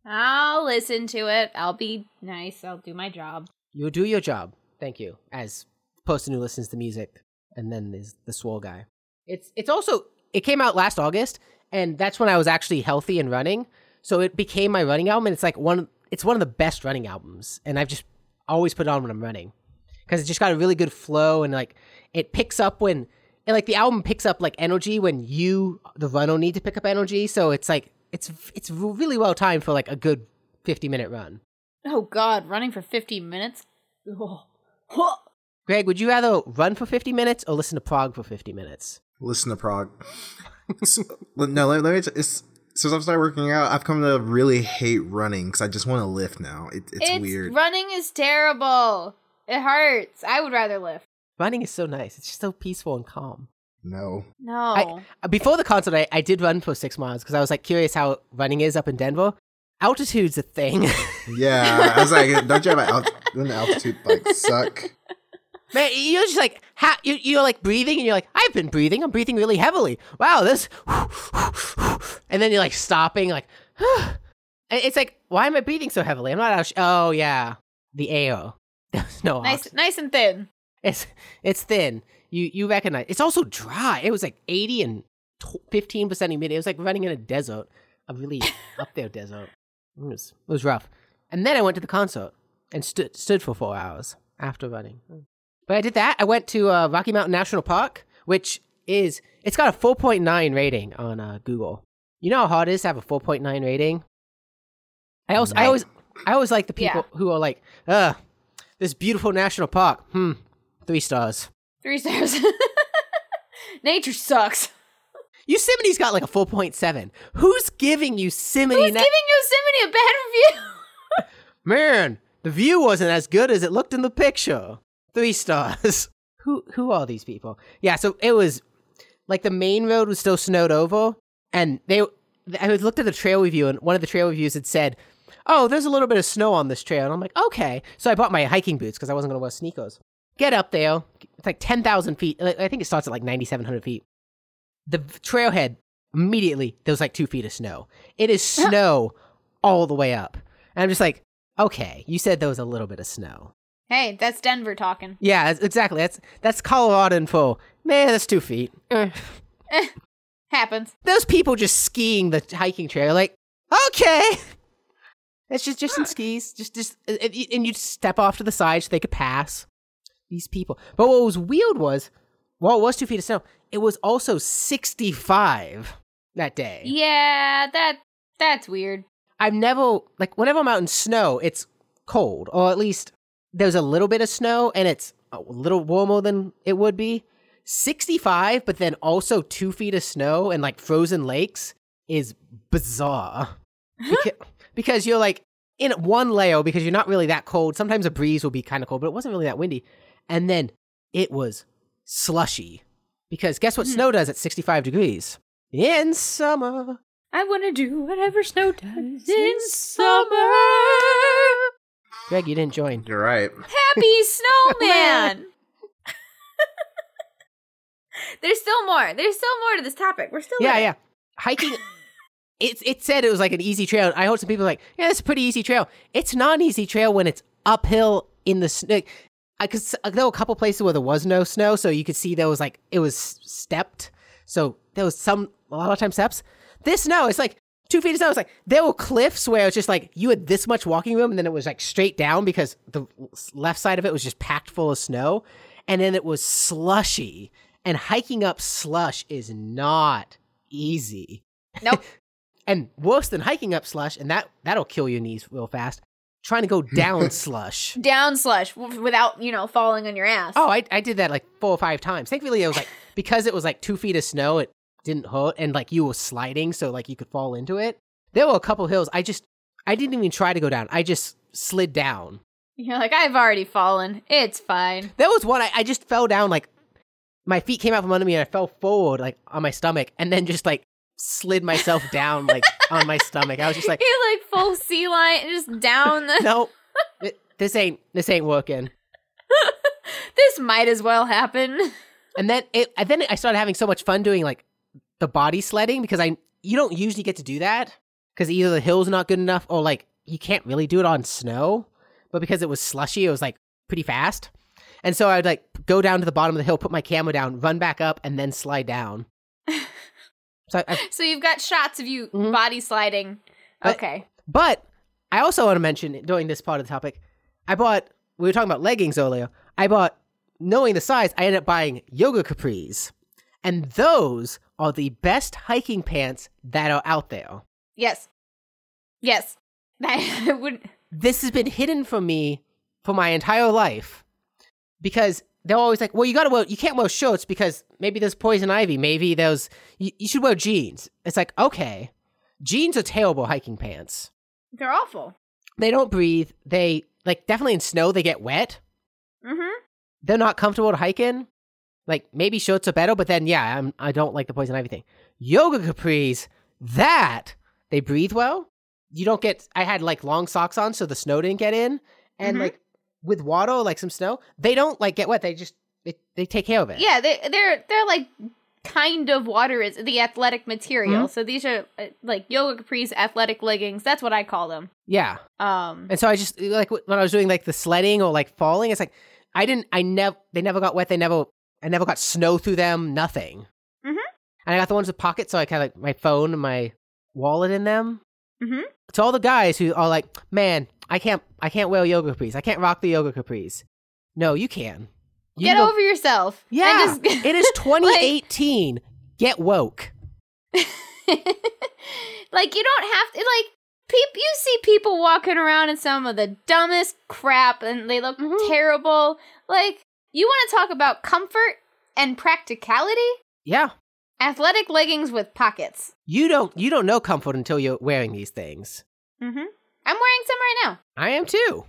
I'll listen to it. I'll be nice. I'll do my job.
You'll do your job. Thank you. As the person who listens to music, and then there's the swole guy. It's it's also it came out last August, and that's when I was actually healthy and running. So it became my running album, and it's like one it's one of the best running albums, and I've just always put it on when I'm running because it just got a really good flow and like it picks up when and like the album picks up like energy when you the runner need to pick up energy. So it's like it's it's really well timed for like a good fifty minute run.
Oh God, running for fifty minutes. Oh. Huh.
Greg, would you rather run for 50 minutes or listen to Prague for 50 minutes?
Listen to Prague. It's- no, let, let me. T- it's, since I've started working out, I've come to really hate running because I just want to lift now. It, it's,
It's-
weird.
Running is terrible. It hurts. I would rather lift.
Running is so nice. It's just so peaceful and calm.
no,
No.
Uh, Before the concert, I, I did run for six miles because I was like curious how running is up in Denver. Altitude's a thing. *laughs*
yeah, I was like, don't you have an alt- doesn't altitude like suck?
Man, you're just like, ha- you, you're like breathing and you're like, I've been breathing. I'm breathing really heavily. Wow, this. *laughs* And then you're like stopping, like, *sighs* and it's like, why am I breathing so heavily? I'm not out. oh, yeah. The AO. There's *laughs* no
nice, nice and thin.
It's it's thin. You you recognize. It's also dry. It was like eighty and fifteen percent humidity. It was like running in a desert, a really up there desert. It was it was rough. And then I went to the concert and stood stood for four hours after running. But I did that. I went to uh, Rocky Mountain National Park, which is it's got a four point nine rating on uh, Google. You know how hard it is to have a four point nine rating. I also I
No.
always I always like the
Yeah.
people who are like, ugh, this beautiful national park. Hmm, three stars.
Three stars. *laughs* Nature sucks.
Yosemite's got like a 4.7. Who's giving Yosemite?
Who's
na-
giving Yosemite a bad review?
Man, the view wasn't as good as it looked in the picture. Three stars. *laughs* who who are these people? Yeah, so it was like the main road was still snowed over, and they. I had looked at the trail review, and one of the trail reviews had said, "Oh, there's a little bit of snow on this trail," and I'm like, "Okay." So I bought my hiking boots because I wasn't going to wear sneakers. Get up there. It's like ten thousand feet. I I think it starts at like ninety seven hundred feet. The v- trailhead immediately there was like two feet of snow. It is *laughs* snow all the way up, and I'm just like, okay, you said there was a little bit of snow.
Hey, that's Denver talking.
Yeah, that's- exactly. That's that's Colorado in full. Man, that's two feet. Eh.
Happens.
Those people just skiing the hiking trail, like, okay, it's just just some skis. Just just and you- and you step off to the side so they could pass these people. But what was weird was, while it was two feet of snow, it was also sixty five that day.
Yeah, that that's weird.
I've never like whenever I'm out in snow, it's cold, or at least there's a little bit of snow, and it's a little warmer than it would be. 65, but then also two feet of snow and like frozen lakes is bizarre. Beca- because you're like in one layer because you're not really that cold. Sometimes a breeze will be kind of cold, but it wasn't really that windy. And then it was slushy because guess what snow does at 65 degrees? In summer.
I want to do whatever snow does in
summer. Greg, you didn't join.
You're right.
Happy snowman.
There's still more. There's still more to this topic. We're still
Yeah,
in it.
yeah. Hiking. It, it said it was like an easy trail. I heard some people like, yeah, it's a pretty easy trail. It's not an easy trail when it's uphill in the snow. Because there were a couple places where there was no snow, so you could see there was like, it was stepped. So there was some, a lot of time steps. This, no, it's like two feet of snow. It's like, there were cliffs where it's just like, you had this much walking room, and then it was like straight down because the left side of it was just packed full of snow. And then it was slushy. And hiking up slush is not easy.
Nope.
and worse than hiking up slush, and that that'll kill your knees real fast, trying to go down slush.
Down slush w- without, you know, falling on your ass.
Oh, I, I did that like four or five times. Thankfully, it was like because it was like two feet of snow, it didn't hurt, and like you were sliding, so like you could fall into it. There were a couple hills. I just I didn't even try to go down. I just slid down.
You're like, I've already fallen. It's fine.
There was one I, I just fell down like my feet came out from under me and I fell forward like on my stomach, and then just like slid myself down like on my stomach. I was just
*laughs*
like,
You're like full sea lion and just down
*laughs*
the.
no, th- this ain't this ain't working.
This might as well happen.
And then it, and then I started having so much fun doing like the body sledding because I you don't usually get to do that because either the hill's not good enough or like you can't really do it on snow. But because it was slushy, it was like pretty fast. And so I would like go down to the bottom of the hill, put my camera down, run back up, and then slide down. so I, I-
So you've got shots of you
Mhm.
body sliding.
But-
Okay.
but I also want to mention during this part of the topic, I bought we were talking about leggings earlier. I bought knowing the size, I ended up buying yoga capris. And those are the best hiking pants that are out there.
Yes. Yes. *laughs* I would.
this has been hidden from me for my entire life because they're always like, well, you gotta wear, you can't wear shorts because maybe there's poison ivy, maybe there's, you, you should wear jeans. It's like, okay, jeans are terrible hiking pants.
They're awful.
They don't breathe. They, like, definitely in snow, they get wet.
Mm-hmm.
They're not comfortable to hike in. Like, maybe shorts are better, but then, yeah, I'm, I don't like the poison ivy thing. Yoga capris, that, they breathe well. You don't get, I had like long socks on so the snow didn't get in. And
Mhm.
like with water, like some snow, they don't like get wet. They just, they, they take care of it.
Yeah, they, they're they're like kind of water is the athletic material.
Mm-hmm.
So these are uh, like yoga capris, athletic leggings. That's what I call them.
Yeah.
Um,
And so I just, like when I was doing like the sledding or like falling, it's like, I didn't, I never, they never got wet. They never, I never got snow through them, nothing.
Mhm.
And I got the ones with pockets. So I had like my phone and my wallet in them.
Mhm.
To all the guys who are like, man, I can't, I can't wear yoga capris. I can't rock the yoga capris. No, you can. You
get
can go
over *laughs* yourself. and
Yeah,
just- *laughs*
it is 2018. Get woke.
*laughs* like you don't have to like peep you see people walking around in some of the dumbest crap and they look
Mm-hmm.
Mhm.
terrible like you want to talk about comfort and practicality
Yeah,
athletic leggings with pockets
you don't you don't know comfort until you're wearing these things.
mm-hmm. i'm wearing some right now
I am too.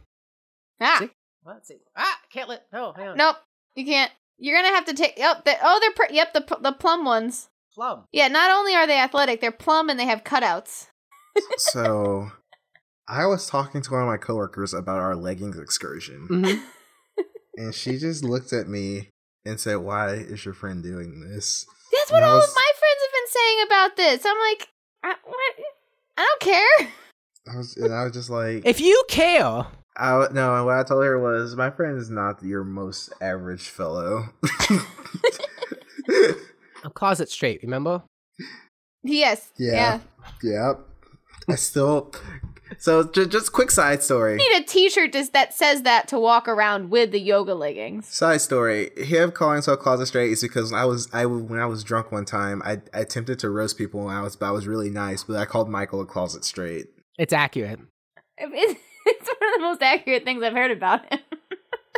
ah
See? Let's see. Ah, can't let. No, hang on.
nope you can't you're gonna have to take oh, the, oh they're pr- yep the, pl- the plum ones
Plum.
yeah not only are they athletic they're plum and they have cutouts
so I was talking to one of my coworkers about our leggings excursion,
Mhm.
and she just looked at me and said, "Why is your friend doing this?"
that's what
That
all
was-
of my friends have been saying about this i'm like i, what? I don't care
I was, and I was just like,
If you care,
I w- no, and what I told her was, my friend is not your most average fellow. *laughs*
I'm closet straight. Remember?
Yes.
Yeah. yep. I still. So j- just quick side story.
You need a T-shirt just that says that to walk around with the yoga leggings. *laughs*
Side story: Him calling himself closet straight is because when I was I when I was drunk one time, I, I attempted to roast people. And I was I was really nice, but I called Michael a closet straight.
It's accurate.
It's, it's one of the most accurate things I've heard about him. *laughs*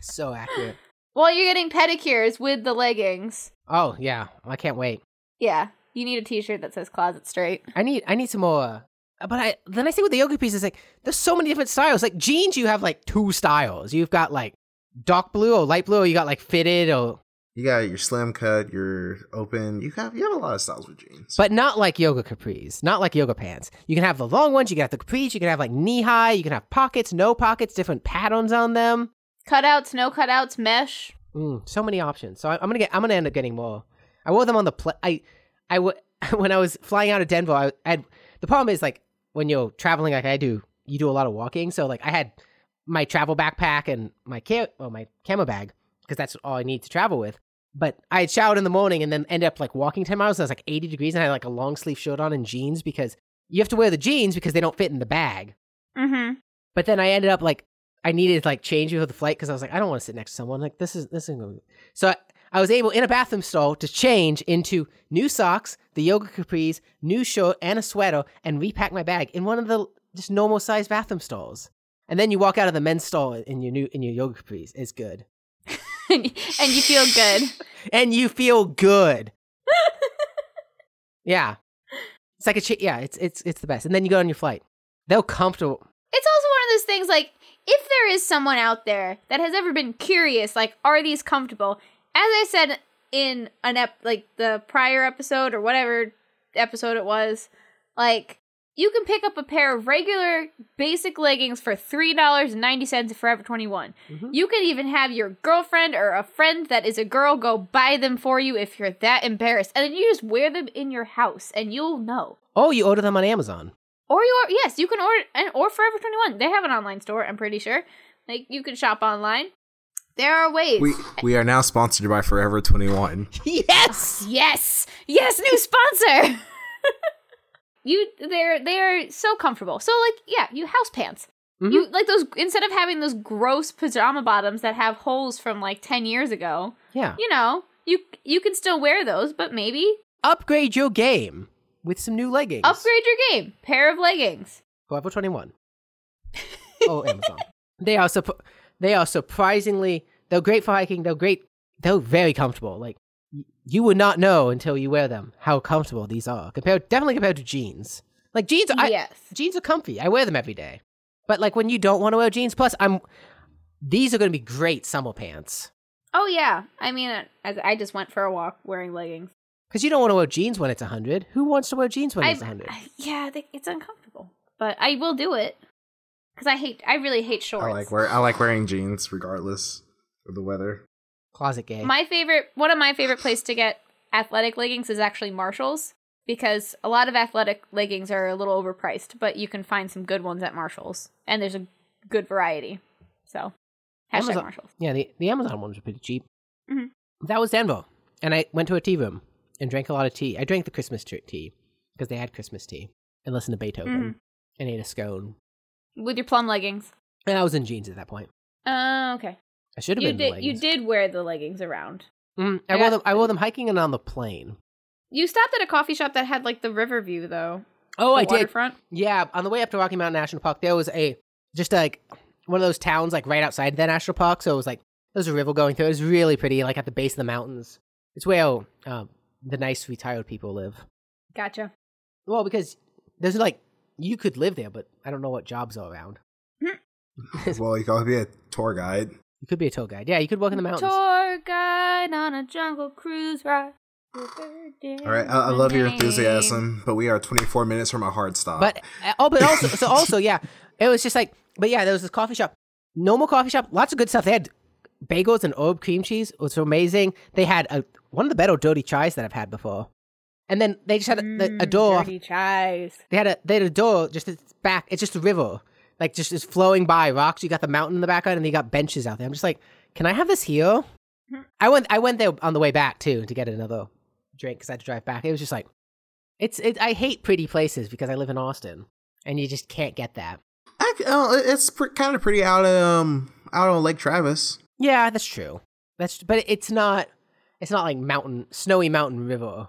So accurate.
Well, you're getting pedicures with the leggings.
Oh yeah, I can't wait.
Yeah, you need a T-shirt that says closet straight.
I need I need some more. uh, But I then I see with the yoga pieces like there's so many different styles. Like jeans, you have like two styles. You've got like dark blue or light blue, or you got like fitted or
You got your slim cut, your open. You have you have a lot of styles with jeans.
But not like yoga capris, not like yoga pants. You can have the long ones, you can have the capris, you can have like knee high, you can have pockets, no pockets, different patterns on them.
Cutouts, no cutouts, mesh.
Mm, so many options. So I, am gonna get, I'm gonna end up getting more. I wore them on the pl- I, I w- *laughs* when I was flying out of Denver, I, I had, the problem is like when you're traveling like I do, you do a lot of walking. So like I had my travel backpack and my cam, well my camera bag because that's all I need to travel with. But I had showered in the morning and then ended up like walking 10 miles and it was like 80 degrees and I had like a long sleeve shirt on and jeans because you have to wear the jeans because they don't fit in the bag.
Mm-hmm. *laughs*
But then I ended up like I needed to like change before the flight because I was like I don't want to sit next to someone like this is this is gonna be... so I, I was able in a bathroom stall to change into new socks, the yoga capris, new shirt, and a sweater, and repack my bag in one of the just normal sized bathroom stalls. And then you walk out of the men's stall in your new in your yoga capris. It's good,
and you feel good.
and you feel good. yeah, it's like a chi- yeah. It's it's it's the best. And then you go on your flight. They'll comfortable.
It's also one of those things like if there is someone out there that has ever been curious, like are these comfortable? As I said in an ep like the prior episode or whatever episode it was, like you can pick up a pair of regular basic leggings for three dollars and ninety cents at Forever Twenty One.
Mhm.
You can even have your girlfriend or a friend that is a girl go buy them for you if you're that embarrassed, and then you just wear them in your house, and you'll know.
Oh, you order them on Amazon.
Or you are yes, you can order and or Forever Twenty One. They have an online store. I'm pretty sure. Like you can shop online. There are ways.
We we are now sponsored by Forever 21.
yes.
yes, yes, new sponsor. *laughs* you they're they're so comfortable. So like yeah, you house pants.
Mhm.
You like those instead of having those gross pajama bottoms that have holes from like ten years ago.
Yeah.
You know you you can still wear those, but maybe
Upgrade your game with some new leggings.
upgrade your game. Pair of leggings. *laughs*
Forever 21. oh, Amazon. They are sup- they are surprisingly they're great for hiking. They're great. They're very comfortable. Like y- you would not know until you wear them how comfortable these are. Compared definitely compared to jeans. Like jeans, I,
yes.
jeans are comfy. I wear them every day. But like when you don't want to wear jeans, plus I'm these are going to be great summer pants
Oh yeah. I mean, as I just went for a walk wearing leggings.
because you don't want to wear jeans when it's 100. Who wants to wear jeans when it's
I-
100?
I- yeah, they, it's uncomfortable, but I will do it because I hate. I really hate shorts.
I like wear I like wearing jeans regardless of the weather.
Closet gay.
my favorite, one of my favorite places to get athletic leggings is actually Marshalls because a lot of athletic leggings are a little overpriced, but you can find some good ones at Marshalls, and there's a good variety. So, hashtag
Amazon-
Marshalls.
Yeah, the, the Amazon ones were pretty cheap.
Mhm.
That was Denver. And I went to a tea room and drank a lot of tea. I drank the Christmas tr- tea because they had Christmas tea and listened to Beethoven
Mm-hmm.
and ate a scone.
with your plum leggings.
And I was in jeans at that point.
Oh, okay.
I should have
You
been. in
did. You
leggings.
did wear the leggings around.
Mhm. I,
I
wore
got-
them. I wore them hiking and on the plane.
You stopped at a coffee shop that had like the river view, though.
Oh,
the
I did.
waterfront.
Yeah, on the way up to Rocky Mountain National Park, there was a just like one of those towns like right outside the national park. So it was like there was a river going through. It was really pretty, like at the base of the mountains. It's where oh, um, the nice retired people live.
Gotcha.
Well, because there's like you could live there, but I don't know what jobs are around.
well, you gotta be a tour guide.
You could be a tour guide. Yeah, you could walk in the mountains.
Tour guide on a jungle cruise ride.
All right, I, I love your enthusiasm, but we are 24 minutes from a hard stop.
But oh, but also, so also, yeah, it was just like, but yeah, there was this coffee shop, normal coffee shop, lots of good stuff. They had bagels and herb cream cheese, which was amazing. They had a, one of the better dirty chais that I've had before, and then they just had a, a door. off-
Mm, Dirty chais.
They had a they had a door just at its back. It's just a river, like just is flowing by rocks. You got the mountain in the background, and you got benches out there. I'm just like, can I have this here? I went I went there on the way back too to get another drink because I had to drive back. It was just like, it's it, I hate pretty places because I live in Austin, and you just can't get that.
I, oh, it- it's pre- kind of pretty out of um, out on Lake Travis.
Yeah, that's true. That's but it's not it's not like mountain snowy mountain river.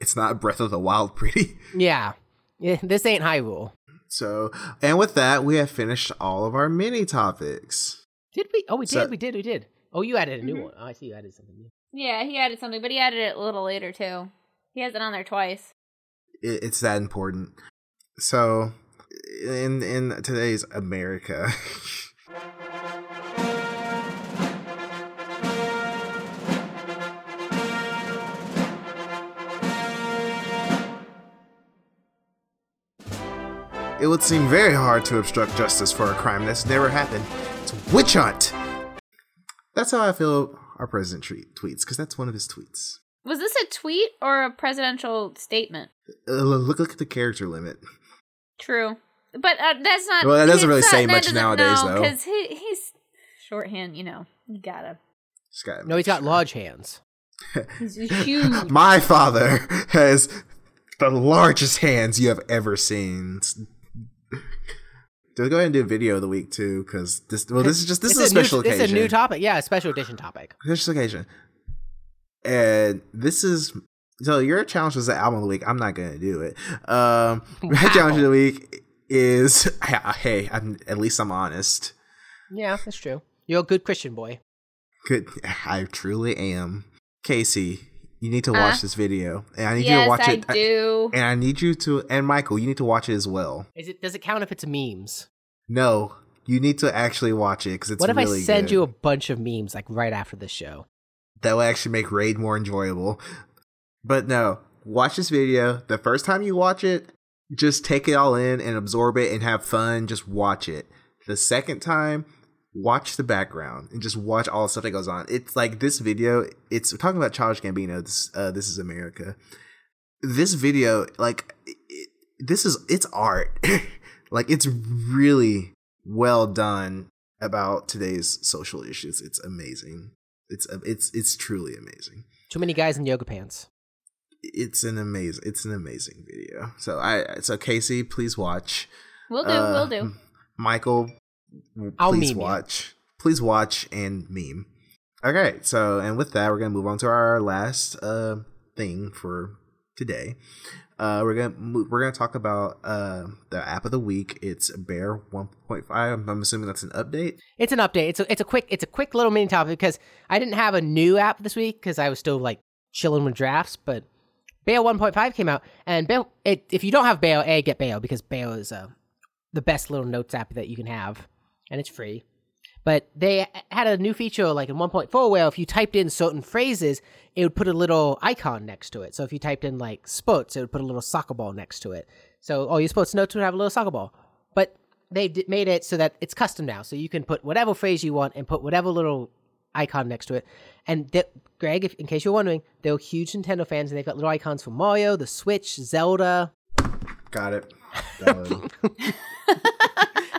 It's not Breath of the Wild pretty. *laughs*
Yeah, yeah this ain't Hyrule.
So, and with that, we have finished all of our mini topics.
Did we? Oh, we did.
So-
we did. We did. Oh, you added a new one. Oh, I see you added something new.
Yeah, he added something, but he added it a little later too. He has it on there twice.
It, it's that important. So, in in today's America, *laughs* It would seem very hard to obstruct justice for a crime that's never happened. It's a witch hunt. That's how I feel our president treat, tweets, because that's one of his tweets.
Was this a tweet or a presidential statement?
Uh, look, look at the character limit.
True, but uh, that's not.
Well, that doesn't really
it's
say
that
much
doesn't-
nowadays,
no,
though.
Because he, he's shorthand, you know. You gotta.
Just gotta
No,
make
he's got large hands.
He's
*laughs*
huge.
My father has the largest hands you have ever seen. They'll go ahead and do video of the week too, because this well, this is just this
It's
is a special
new,
occasion.
It's a new topic. Yeah, a special edition topic.
special occasion, and this is so your challenge was the album of the week. I'm not gonna do it. Um, my
Wow.
challenge of the week is *laughs* hey, I'm at least I'm honest.
Yeah, that's true. You're a good Christian boy.
Good, I truly am. Casey, you need to watch
Huh?
this video, and I need you
Uh, Yes,
to watch
I
it.
do.
and I need you to, and Michael, you need to watch it as well.
Is it? Does it count if it's memes?
No, you need to actually watch it because it's
what if
really
I send
good.
you a bunch of memes like right after the show?
that will actually make raid more enjoyable. But no, watch this video. The first time you watch it, just take it all in and absorb it and have fun. Just watch it. The second time, watch the background and just watch all the stuff that goes on. It's like this video. It's we're talking about Charles Gambino. This uh, this is America. This video, like it, this is it's art. *laughs* like it's really well done about today's social issues. It's amazing. It's uh, it's it's truly amazing.
Too many guys in yoga pants.
It's an amazing it's an amazing video. So I so Casey, please watch.
We'll do.
Uh,
we'll do.
Michael,
I'll
please
meme you.
watch. Please watch and meme. Okay, so and with that, we're gonna move on to our last uh thing for today. Uh, we're gonna mo- we're gonna talk about uh the app of the week. It's Bear 1.5. I'm I'm assuming that's an update.
It's an update. It's a it's a quick it's a quick little mini topic because I didn't have a new app this week because I was still like chilling with drafts. But Bayo 1.5 came out, and Bayo it, if you don't have Bayo, a get Bayo because Bayo is uh, the best little notes app that you can have, and it's free. But they had a new feature like in 1.4 where if you typed in certain phrases, it would put a little icon next to it. So if you typed in like sports, it would put a little soccer ball next to it. So all your sports notes would have a little soccer ball. But they d- made it so that it's custom now. So you can put whatever phrase you want and put whatever little icon next to it. And th- Greg, if, in case you're wondering, they're huge Nintendo fans and they've got little icons for Mario, the Switch, Zelda.
Got
*laughs*
it. Um, Done.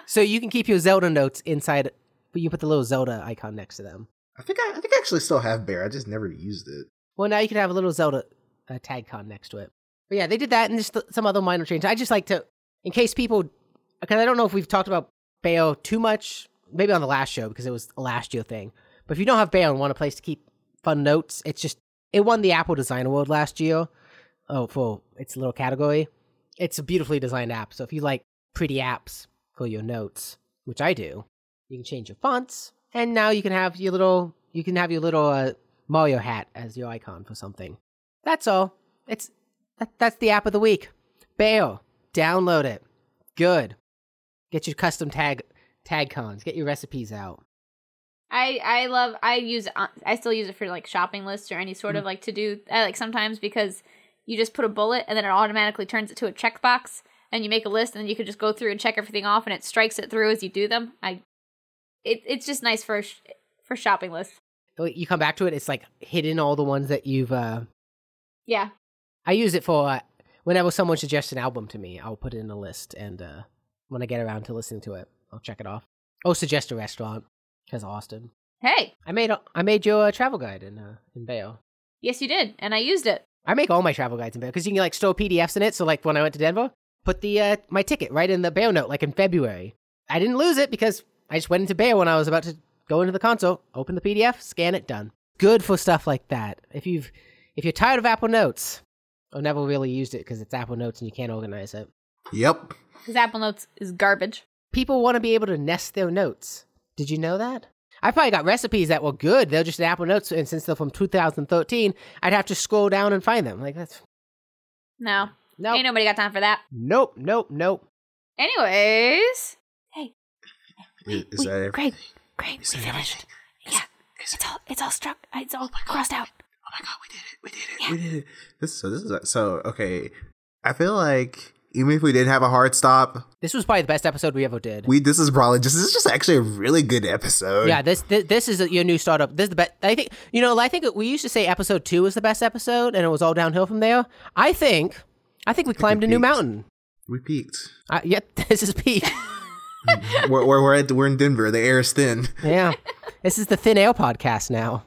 So you can keep your Zelda notes inside, but you put the little Zelda icon next to them.
I think I, I think I actually still have Bear. I just never used it.
Well, now you can have a little Zelda uh, tag con next to it. But yeah, they did that and just th- some other minor change. I just like to, in case people, because I don't know if we've talked about Bayo too much, maybe on the last show because it was a last year thing. But if you don't have Bayo and want a place to keep fun notes, it's just, it won the Apple Design Award last year. Oh, for its little category. It's a beautifully designed app. So if you like pretty apps for your notes, which I do, you can change your fonts. And now you can have your little, you can have your little, uh, Mario hat as your icon for something. That's all. It's that, that's the app of the week. Bayo, download it. Good. Get your custom tag tag cons. Get your recipes out.
I I love I use uh, I still use it for like shopping lists or any sort of like to do I like sometimes because you just put a bullet and then it automatically turns it to a checkbox and you make a list and then you could just go through and check everything off and it strikes it through as you do them. I it it's just nice for sh- for shopping lists.
You come back to it. It's like hidden all the ones that you've. Uh,
Yeah.
I use it for uh, whenever someone suggests an album to me. I'll put it in a list, and uh, when I get around to listening to it, I'll check it off. Oh, suggest a restaurant because Austin.
Hey,
I made a- I made your uh, travel guide in uh, in Bayo.
yes you did and I used it.
I make all my travel guides in Bayo because you can like store PDFs in it. So like when I went to Denver, put the uh, my ticket right in the Bayo note, like in February. I didn't lose it because I just went into Bayo when I was about to go into the console, open the PDF, scan it, done. Good for stuff like that. If you've if you're tired of Apple Notes, I've never really used it because it's Apple Notes and you can't organize it.
Yep.
Cuz Apple Notes is garbage.
People want to be able to nest their notes. Did you know that? I probably got recipes that were good. They're just in Apple Notes, and since they're from 2013, I'd have to scroll down and find them. Like that's
No.
no,
Ain't nobody got time for that.
nope, nope, nope.
Anyways,
Is, is
Wait,
that it?
Greg, Greg,
Is
we
that
finished.
Is-
yeah,
is-
it's all it's all struck. It's all crossed out.
oh my god, we did it, we did it, we did it. This so this is so okay. I feel like even if we did have a hard stop,
This was probably the best episode we ever did.
we this is probably just this is just actually a really good episode.
yeah, this, this this is your new startup. This is the best. I think you know. I think we used to say episode two was the best episode, and it was all downhill from there. I think, I think we climbed a new
peaked.
mountain.
we peaked. *laughs*
Uh, yep, *laughs* this is peak.
we're we're we're, at, we're in Denver. The air is thin.
yeah, this is the Thin Air podcast now.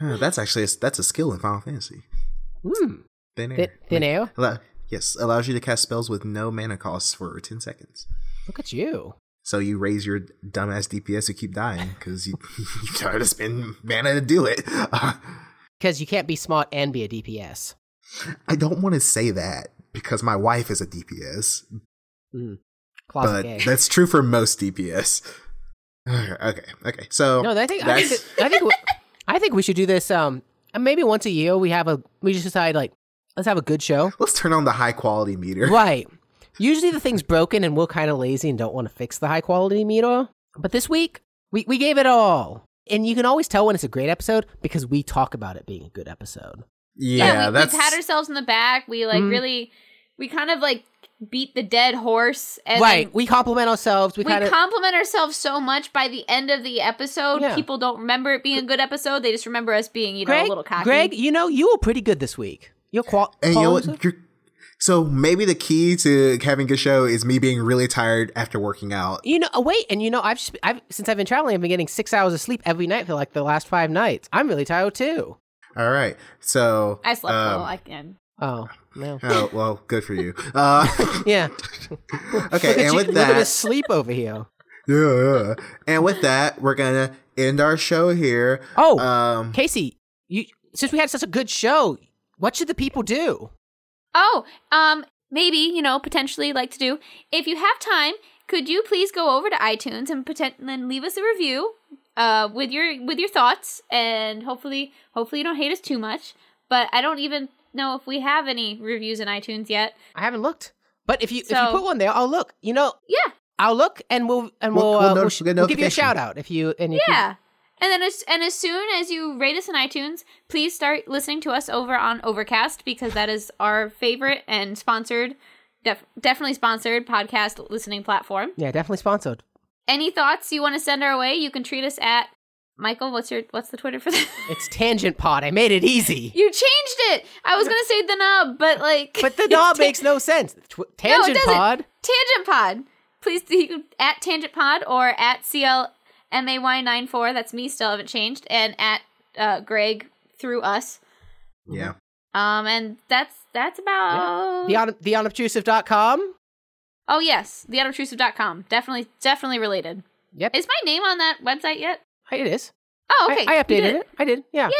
Huh, that's actually a, that's a skill in Final Fantasy.
Mm.
Thin air.
Thin,
Like,
thin Air,
allow- yes, allows you to cast spells with no mana costs for ten seconds.
look at you.
So you raise your dumbass DPS who keep dying because you *laughs* you try to spend mana to do it. *laughs*
Because you can't be smart and be a DPS.
I don't want to say that because my wife is a DPS.
Closet
but
gay.
that's true for most DPS. *sighs* okay, okay. So
No, I think I think, I think we- I think we should do this. Um, maybe once a year we have a we just decide like let's have a good show.
let's turn on the high quality
*laughs*
meter.
Right. Usually the thing's broken and we're kind of lazy and don't want to fix the high quality meter. But this week we we gave it all, and you can always tell when it's a great episode because we talk about it being a good episode.
Yeah,
we,
that's
we pat ourselves in the back. We like
Mm.
really, we kind of like beat the dead horse, and
right.
then
we compliment ourselves. We,
We,
kind of
compliment ourselves so much by the end of the episode.
Yeah.
People don't remember it being a good episode. They just remember us being, you know,
Greg.
a little cocky.
Greg, you know you were pretty good this week. Your qual.
and you know
qualms-
what? You're, so maybe the key to having a good show is me being really tired after working out.
You know, oh, wait, and you know, I've, just, I've since I've been traveling, I've been getting six hours of sleep every night for like the last five nights. I'm really tired too.
All right, so
I slept
um,
well. I can.
Oh,
*laughs*
no.
Oh well, good for you.
*laughs*
Uh, *laughs*
Yeah. Look
okay,
at
and
you-
with
Look at this
that,
sleep over here.
yeah, yeah. and with that, we're gonna end our show here.
Oh,
Um,
Casey, you since we had such a good show, what should the people do?
Oh, um, maybe you know, potentially like to do. If you have time, could you please go over to iTunes and potent- and leave us a review, uh, with your with your thoughts, and hopefully, hopefully you don't hate us too much. But I don't even know if we have any reviews in iTunes yet.
I haven't looked, but if you if you
So-
put one there, I'll look. You know,
Yeah.
I'll look, and we'll and we'll
We'll-
we'll,
we'll
uh, we'll,
notif-
sh-
get
we'll give you a
notification.
shout out if you and if you-
Yeah. And then as and as soon as you rate us in iTunes, please start listening to us over on Overcast because that is our favorite and sponsored def- definitely sponsored podcast listening platform.
yeah, definitely sponsored.
Any thoughts you want to send our way, you can treat us at Michael, what's your what's the Twitter for that? *laughs*
It's Tangent Pod. I made it easy,
you changed it. I was gonna say the knob, but like *laughs*
but the knob makes no sense. Tw- tangent
doesn't.
Pod.
Tangent Pod. Please do you can- at Tangent Pod or at CLMAY94. That's me, still haven't changed, and at uh, Greg through us.
yeah,
Um, and that's that's about
The un- the unobtrusive.com.
oh yes, theunobtrusive.com. Definitely, definitely related.
Yep,
Is my name on that website yet?
it is.
Oh,
I-
okay.
I,
you
updated
did
it. I did. Yeah.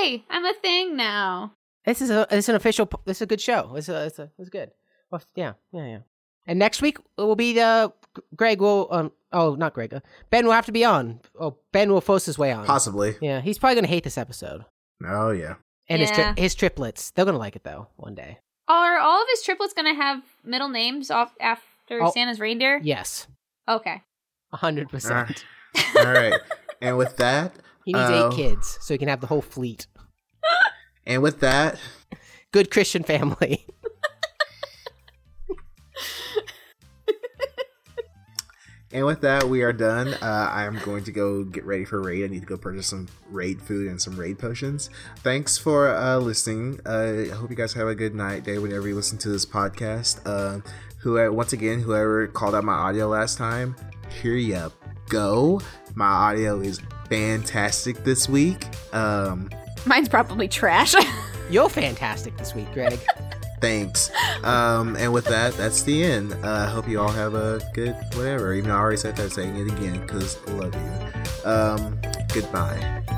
Yay! I'm a thing now.
This is a this is an official. p- This is a good show. It's a, it's a, it's good. Well, yeah, yeah, yeah. And next week will be the Greg will um oh not Greg uh, Ben will have to be on. Oh Ben will force his way on.
possibly.
Yeah, he's probably gonna hate this episode
Oh yeah.
and his tri-
Yeah.
his triplets. They're gonna like it though one day.
Are all of his triplets gonna have middle names off after
Oh.
Santa's reindeer?
Yes,
Okay.
a hundred percent.
All right, and with that,
He needs
Oh.
eight kids so he can have the whole fleet.
and with that,
Good Christian family. *laughs*
and with that, we are done. Uh, I'm going to go get ready for raid. I need to go purchase some raid food and some raid potions. Thanks for uh, listening. Uh, I hope you guys have a good night, day, whenever you listen to this podcast. Uh, who once again, whoever called out my audio last time, here ya go. My audio is fantastic this week. Um,
Mine's probably trash. *laughs*
You're fantastic this week, Greg.
thanks um and with that that's the end uh hope you all have a good whatever even though i already said that saying it again because i love you um goodbye